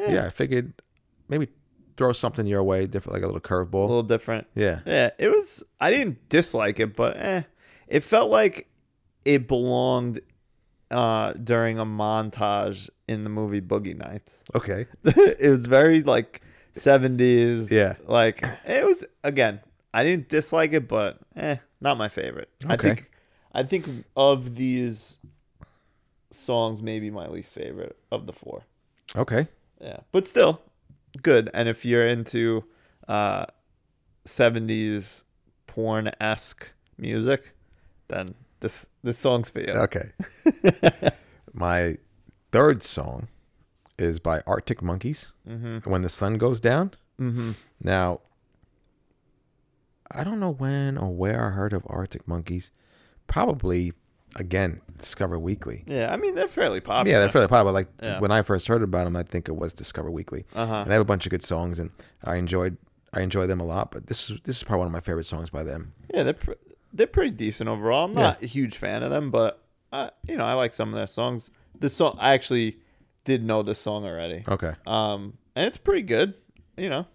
yeah. I figured maybe throw something your way, different, like a little
a
curveball.
little different.
Yeah,
Yeah, it was. I didn't dislike it, but eh, it felt like it belonged uh, during a montage in the movie Boogie Nights.
okay.
it was very like seventies.
Yeah.
like it was again. I didn't dislike it, but eh, not my favorite. I
Okay.
think I think of these songs, maybe my least favorite of the four.
Okay.
Yeah, but still good. And if you're into uh, 70s porn esque music, then this this song's for you.
Okay. My third song is by Arctic Monkeys, When the Sun Goes Down.
Mm-hmm.
Now, I don't know when or where I heard of Arctic Monkeys. Probably, again, Discover Weekly.
Yeah, I mean they're fairly popular.
Yeah, they're fairly popular. Like
Yeah.
when I first heard about them, I think it was Discover Weekly.
Uh-huh.
And they have a bunch of good songs, and I enjoyed I enjoy them a lot. But this is this is probably one of my favorite songs by them.
yeah, they're pr- they're pretty decent overall. I'm not a huge fan of them, but uh, you know I like some of their songs. This song I actually did know this song already.
Okay,
Um, and it's pretty good. You know,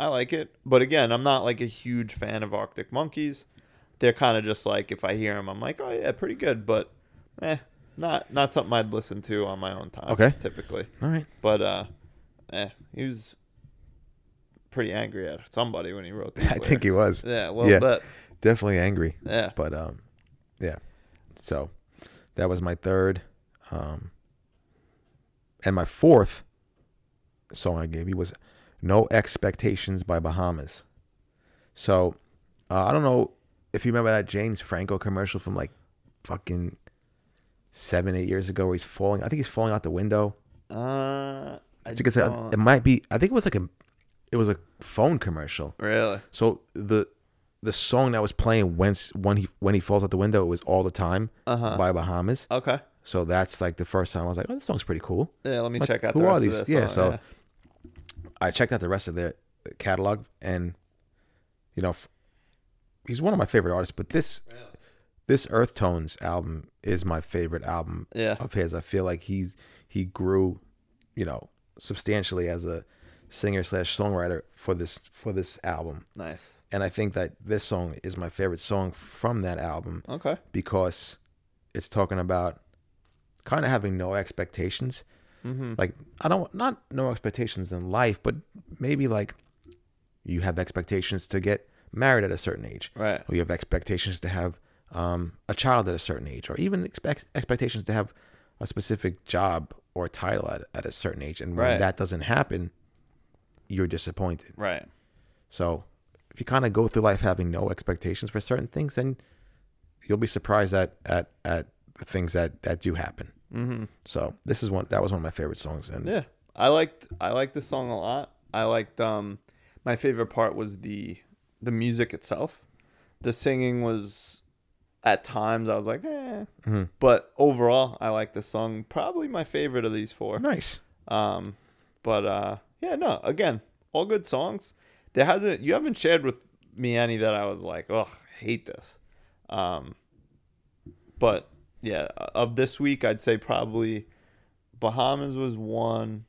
I like it. But again, I'm not like a huge fan of Arctic Monkeys. They're kind of just like if I hear them, I'm like, oh yeah, pretty good. But eh, not not something I'd listen to on my own time.
Okay.
typically.
all right.
But uh, eh, he was pretty angry at somebody when he wrote these.
I think he
lyrics.
was
Yeah, a little
Yeah.
bit.
definitely angry,
Yeah.
but um, yeah. So that was my third, um, and my fourth song I gave you was "No Expectations" by Bahamas. So uh, I don't know if you remember that James Franco commercial from like fucking seven, eight years ago, where he's falling. I think he's falling out the window.
Uh, I
I think it's a,
don't-
it might be. I think it was like a, it was a phone commercial.
really.
So the the song that was playing when s- when he when he falls out the window was all the time
Uh-huh.
by Bahamas.
Okay.
So that's like the first time I was like, oh, this song's pretty cool.
Yeah, let me
Like,
check out
who
the
are
rest
these?
of this.
Yeah,
song,
so- I checked out the rest of their catalog, and you know, f- he's one of my favorite artists. But this this Earth Tones album is my favorite album
Yeah.
of his. I feel like he's he grew, you know, substantially as a singer slash songwriter for this for this album.
nice.
And I think that this song is my favorite song from that album
Okay.
because it's talking about kind of having no expectations.
Mm-hmm.
Like I don't not no expectations in life, but maybe like you have expectations to get married at a certain age,
Right.
or you have expectations to have um, a child at a certain age, or even expect, expectations to have a specific job or title at, at a certain age. And when
Right.
that doesn't happen, you're disappointed.
Right.
So if you kind of go through life having no expectations for certain things, then you'll be surprised at at at the things that that do happen.
Mm-hmm.
So this is one that was one of my favorite songs, and
Yeah, I liked I liked this song a lot. I liked um my favorite part was the the music itself. The singing was at times I was like, eh,
Mhm.
but overall I liked the song. Probably my favorite of these four.
nice.
Um, but uh, yeah, no, again, all good songs. There hasn't you haven't shared with me any that I was like, oh, I hate this. Um, but yeah, of this week, I'd say probably Bahamas was one.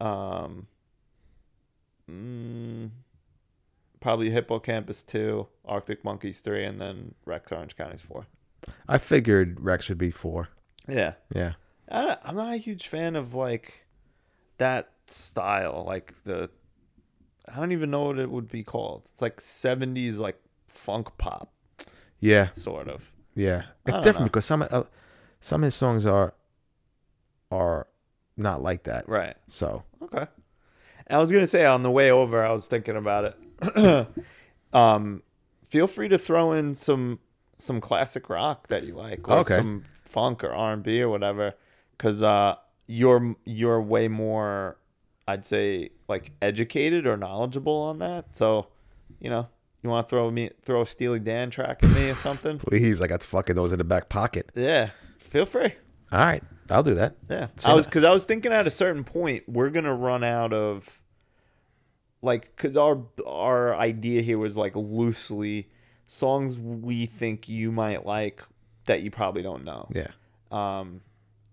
Um, mm, probably Hippocampus two, Arctic Monkeys three, and then Rex Orange County's four.
I figured Rex would be four.
Yeah,
Yeah,
I don't, I'm not a huge fan of like that style, like the I don't even know what it would be called. It's like 70s like funk pop
yeah,
sort of.
yeah. It's
don't
different
know.
because some uh, some of his songs are are not like that.
Right.
So
Okay. And I was gonna say on the way over, I was thinking about it. um, feel free to throw in some some classic rock that you like, or
Okay.
some funk or R and B or whatever, because uh, you're you're way more, I'd say, like educated or knowledgeable on that. So, you know, you want to throw me throw a Steely Dan track at me or something?
Please, I got fucking those in the back pocket.
Yeah, feel free.
All right, I'll do that.
Yeah,
So
I was
that-
because I was thinking at a certain point we're gonna run out of like because our our idea here was like loosely songs we think you might like that you probably don't know.
Yeah.
Um,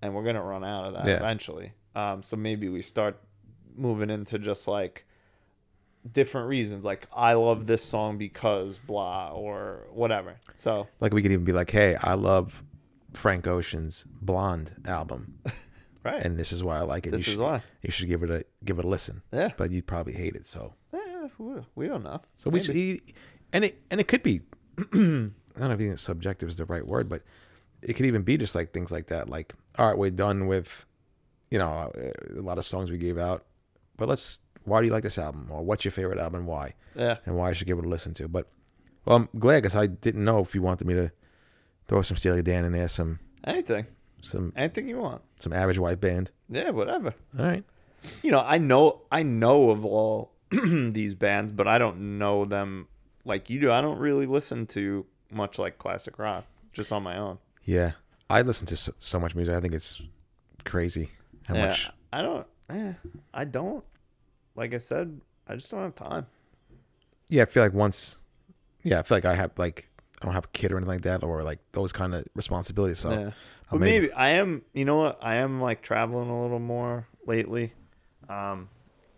and we're gonna run out of that
Yeah.
eventually. Um, so maybe we start moving into just like different reasons, like I love this song because blah or whatever. So
Like we could even be like, hey, I love Frank Ocean's Blonde album,
right,
and this is why I like it.
This
you
is
should,
why.
you should give it a give it a listen.
Yeah.
But you'd probably hate it. So
Eh, we- we don't know.
so we should, e- and it and it could be. I don't know if even subjective is the right word, but it could even be just like things like that. Like, all right, we're done with, you know, uh, a lot of songs we gave out, but let's. Why do you like this album? Or what's your favorite album? and Why?
Yeah.
and why I should give it a listen to. But well, I'm glad because I didn't know if you wanted me to throw some Steely Dan in there, some
Anything.
some
Anything you want.
some average white band.
Yeah, whatever.
All right,
You know, I know I know of all these bands, but I don't know them like you do. I don't really listen to much like classic rock, just on my own.
yeah. I listen to so, so much music. I think it's crazy how
yeah,
much.
I don't. Eh, I don't. Like I said, I just don't have time.
Yeah, I feel like once. Yeah, I feel like I have like I don't have a kid or anything like that, or like those kind of responsibilities. So
yeah.
I'll
But maybe I am. You know what? I am like traveling a little more lately, um,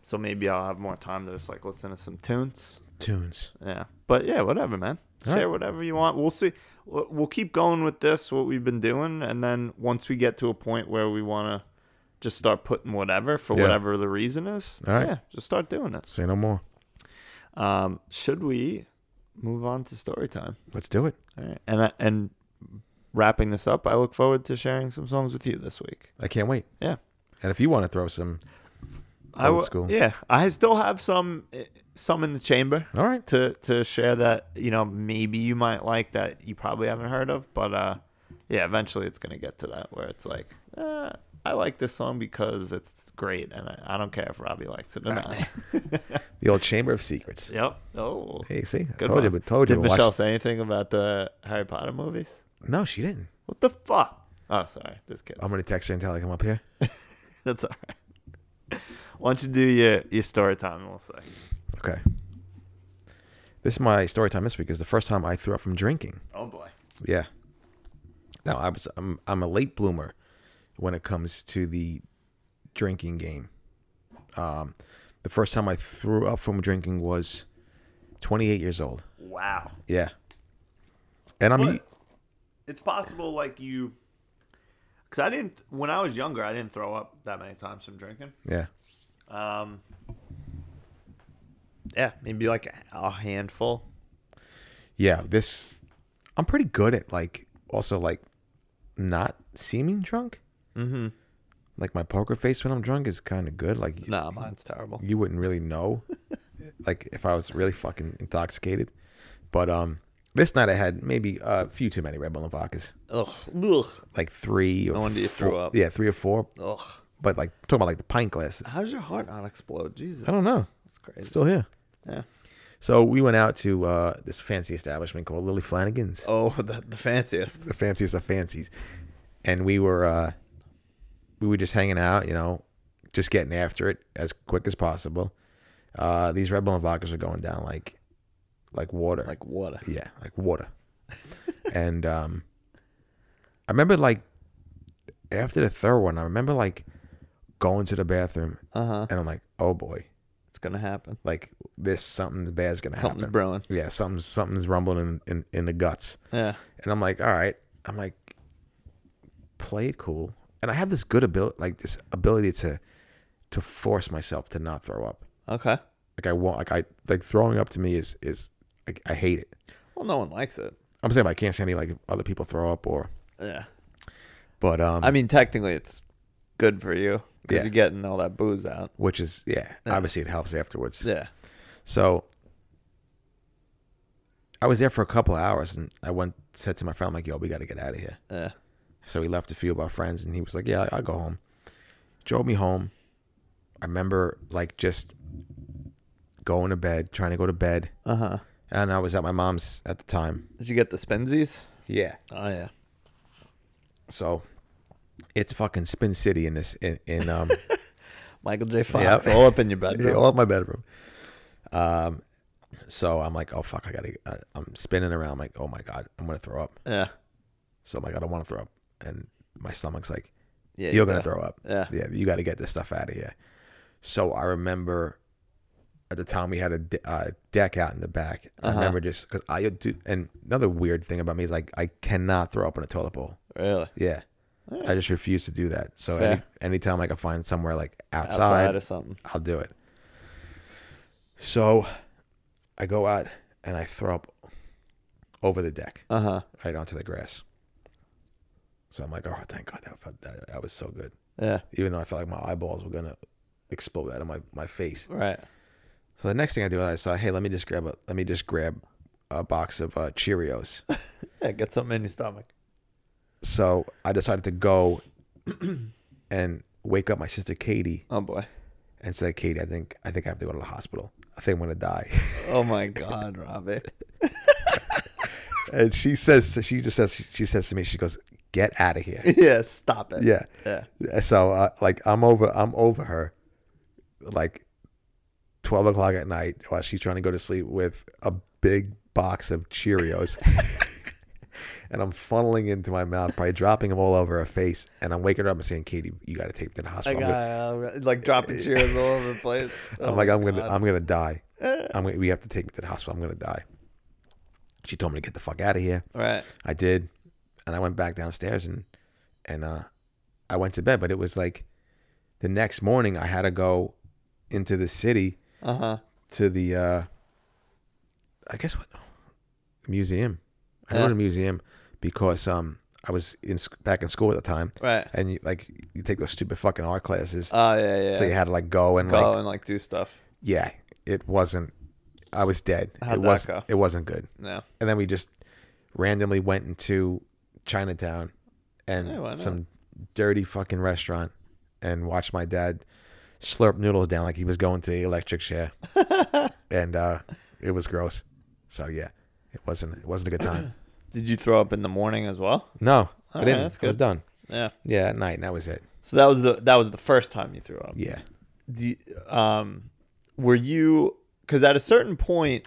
so maybe I'll have more time to just like listen to some tunes.
tunes.
Yeah. But yeah, whatever, man. Share whatever you want. We'll see. We'll we'll keep going with this, what we've been doing. And then once we get to a point where we want to just start putting whatever for
Yeah.
whatever the reason is,
All right.
yeah, just start doing it.
Say no more.
Um, should we move on to story time?
Let's do it.
All right. And, I, and wrapping this up, I look forward to sharing some songs with you this week.
I can't wait.
Yeah.
And if you want to throw some,
I
Old
will-
school.
Yeah, I still have some eh, some in the chamber.
All right.
to to share that you know maybe you might like that you probably haven't heard of, but uh, yeah, eventually it's gonna get to that where it's like, eh, I like this song because it's great, and I, I don't care if Robbie likes it or not.
the old Chamber of Secrets.
yep. Oh.
Hey, see, I
Good
told you,
one.
but told you.
Did
to watch-
Michelle say anything about the Harry Potter movies?
No, she didn't.
What the fuck? Oh, sorry, just kidding.
I'm gonna text her and tell her to come up here.
That's all right. Why don't you do your, your story time and we'll see.
Okay. This is my story time this week. Is the first time I threw up from drinking.
Oh boy.
Yeah. Now I was I'm I'm a late bloomer when it comes to the drinking game. Um, the first time I threw up from drinking was 28 years old.
Wow.
Yeah. And I'm
But it's possible, like you, because I didn't when I was younger, I didn't throw up that many times from drinking.
yeah.
Um, yeah, maybe like a, a handful.
yeah, this I'm pretty good at like also like not seeming drunk. Mm-hmm. Like my poker face when I'm drunk is kind of good. Like
No, mine's terrible.
you wouldn't really know, like if I was really fucking intoxicated. But um, this night I had maybe a few too many Red Bull and vodkas,
Ugh, ugh,
like three or
No wonder you
four-
threw up. Uh-huh.
Yeah, three or four.
ugh.
But like talking about like the pint glasses.
How's your heart not explode? Jesus,
I don't know.
That's crazy.
It's still here.
yeah.
So we went out to uh, this fancy establishment called Lily Flanagan's.
Oh, the, the fanciest.
the fanciest of fancies. And we were uh we were just hanging out, you know, just getting after it as quick as possible. Uh these Red Bull and vodkas were going down like like water.
Like water.
yeah, like water. and um I remember like after the third one, I remember like going to the bathroom
Uh huh.
and I'm like, oh boy,
It's gonna happen.
like this something bad's gonna
Something's
happen.
brewing.
Yeah, something's something's rumbling in, in, in the guts.
Yeah.
And I'm like, all right. I'm like, play it cool. And I have this good ability, like this ability to to force myself to not throw up.
Okay.
Like I won't. Like I like throwing up to me is is like I hate it.
Well, no one likes it.
I'm saying but I can't see any like if other people throw up or.
Yeah.
But um,
I mean, technically, it's good for you. because
Yeah.
you're getting all that booze out.
which is yeah, obviously it helps afterwards.
Yeah.
So I was there for a couple of hours, and I went said to my friend, "I'm like, yo, we got to get out of here."
Yeah.
So we left a few of our friends, and he was like, "Yeah, I'll go home." Drove me home. I remember like just going to bed, trying to go to bed,
Uh huh.
and I was at my mom's at the time.
Did you get the spensies?
Yeah.
Oh yeah.
So it's fucking Spin City in this in, in um
Michael J. Fox
Yep.
all up in your bedroom.
yeah, all up my bedroom. Um, so I'm like, oh fuck, I gotta. I, I'm spinning around like, oh my god, I'm gonna throw up.
Yeah.
So I'm like, I don't want to throw up, and my stomach's like,
Yeah.
you're gonna throw up.
Yeah.
yeah, you got to get this stuff out of here. So I remember at the time we had a de- uh, deck out in the back.
Uh-huh.
I remember just because I do. And another weird thing about me is like I cannot throw up in a toilet bowl.
Really.
Yeah, I just refuse to do that. So any,
Fair.
anytime I can find somewhere like
Outside
outside,
or something.
I'll do it. So I go out and I throw up over the deck
Uh huh.
right onto the grass. So I'm like, oh, thank God that felt, that, that was so good.
Yeah.
Even though I felt like my eyeballs were gonna explode out of my, my face.
Right.
So the next thing I do, I saw, hey, let me just grab a let me just grab a box of uh, Cheerios.
Yeah. Get something in your stomach.
so I decided to go and wake up my sister Katie
Oh boy.
and said, Katie, I think I think I have to go to the hospital. I think I'm gonna die.
Oh my God, Robbie.
and she says she just says she says to me, she goes, get out of here.
yeah. Stop it.
Yeah.
Yeah.
So uh, like I'm over I'm over her, like twelve o'clock at night while she's trying to go to sleep with a big box of Cheerios, and I'm funneling into my mouth, probably dropping them all over her face, and I'm waking her up and saying, "Katie, you got to take me to the
I
hospital." I'm,
got
gonna,
I'm uh, like dropping cheers all over the place. Oh
I'm like,
my
I'm gonna
God.
I'm gonna die. I'm gonna, we have to take me to the hospital. I'm gonna die. She told me to get the fuck out of here.
Right.
I did, and I went back downstairs and and uh, I went to bed. But it was like the next morning I had to go into the city
Uh huh.
to the uh, I guess what museum. I
Yeah.
go to the museum because um I was in sc- back in school at the time,
Right.
and you, like you take those stupid fucking art classes,
Oh yeah. Yeah.
so you had to like go and
go
like
and like do stuff.
yeah, it wasn't. I was dead.
How'd
it
that
was
go?
it wasn't good
No.
and then we just randomly went into Chinatown and
Yeah, why not?
some dirty fucking restaurant and watched my dad slurp noodles down like he was going to the electric chair, and uh, it was gross. So yeah, it wasn't it wasn't a good time.
Did you throw up in the morning as well?
No,
All
I
right,
didn't.
that's
I was
good.
done.
Yeah.
Yeah, at night, and that was it.
So that was the that was the first time you threw up.
Yeah,
Do you- um, were you? Because at a certain point,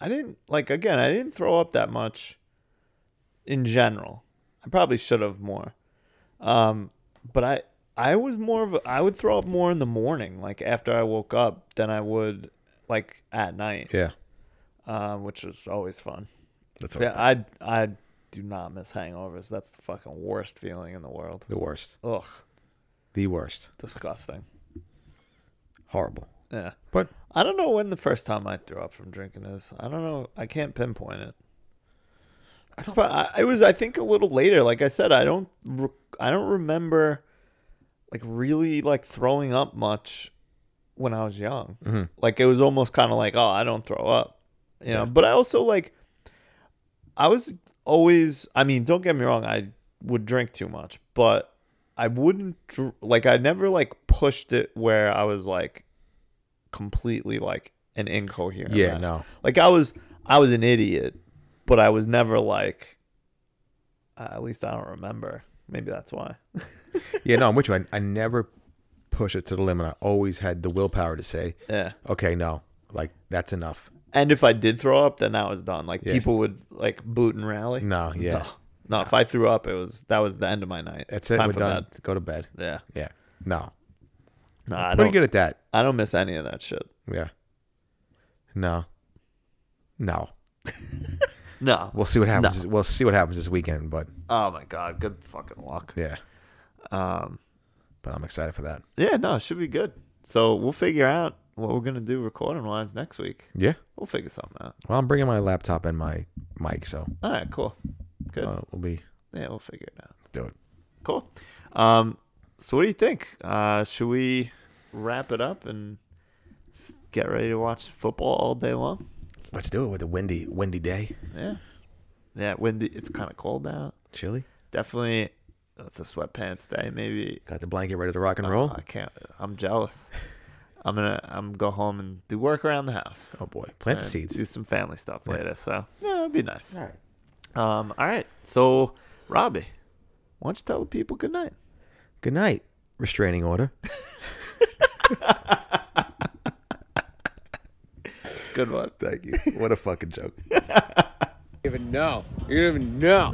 I didn't like. Again, I didn't throw up that much. In general, I probably should have more. Um, but I I was more of a, I would throw up more in the morning, like after I woke up, than I would like at night,
yeah,
uh, which was always fun.
that's
Yeah, I I do not miss hangovers. That's the fucking worst feeling in the world.
the worst,
Ugh,
the worst,
disgusting.
horrible.
Yeah.
But
I don't know when the first time I threw up from drinking is. I don't know. I can't pinpoint it. I don't, I, it was, I think, a little later. Like I said, I don't, re- I don't remember, like really like throwing up much when I was young.
Mm-hmm.
Like it was almost kind of like, oh, I don't throw up, you know. But I also like, I was always. I mean, don't get me wrong. I would drink too much, but I wouldn't dr- like. I never like pushed it where I was like completely like an incoherent.
Yeah,
mess.
no.
Like I was, I was an idiot, but I was never like. Uh, at least I don't remember. Maybe that's why.
yeah, no, I'm with you. I, I never push it to the limit. I always had the willpower to say,
Yeah.
okay, no, like that's enough.
And if I did throw up, then that was done. Like
Yeah.
people would like boot and rally.
No, yeah.
No. No, if I threw up, it was that was the end of my night.
That's it.
Time
We're
for
done.
bed.
Go to bed.
Yeah.
Yeah. No.
No, I
Pretty
don't.
good at that.
I don't miss any of that shit.
Yeah. No. No.
No.
We'll see what happens. We'll see what happens this weekend, but
oh my god, good fucking luck.
yeah.
Um.
But I'm excited for that.
Yeah. No, it should be good. So we'll figure out what we're gonna do recording wise next week.
Yeah.
We'll figure something out.
Well, I'm bringing my laptop and my mic, so
All right. Cool. Good.
uh, we'll be
yeah, we'll figure it out.
let's do it.
Cool. Um. So what do you think? Uh, should we wrap it up and get ready to watch football all day long?
Let's do it with a windy, windy day.
Yeah. Yeah, windy. It's kind of cold out.
Chilly.
Definitely, that's a sweatpants day. Maybe
Got the blanket ready to rock and roll.
I can't. I'm jealous. I'm gonna. I'm go home and do work around the house.
Oh boy, plant the
and
seeds.
Do some family stuff later. So yeah, it'd be nice.
All right.
Um. All right. So, Robbie, why don't you tell the people good night?
Good night. Restraining order.
Good one.
Thank you. What a fucking joke.
even know. You don't even know.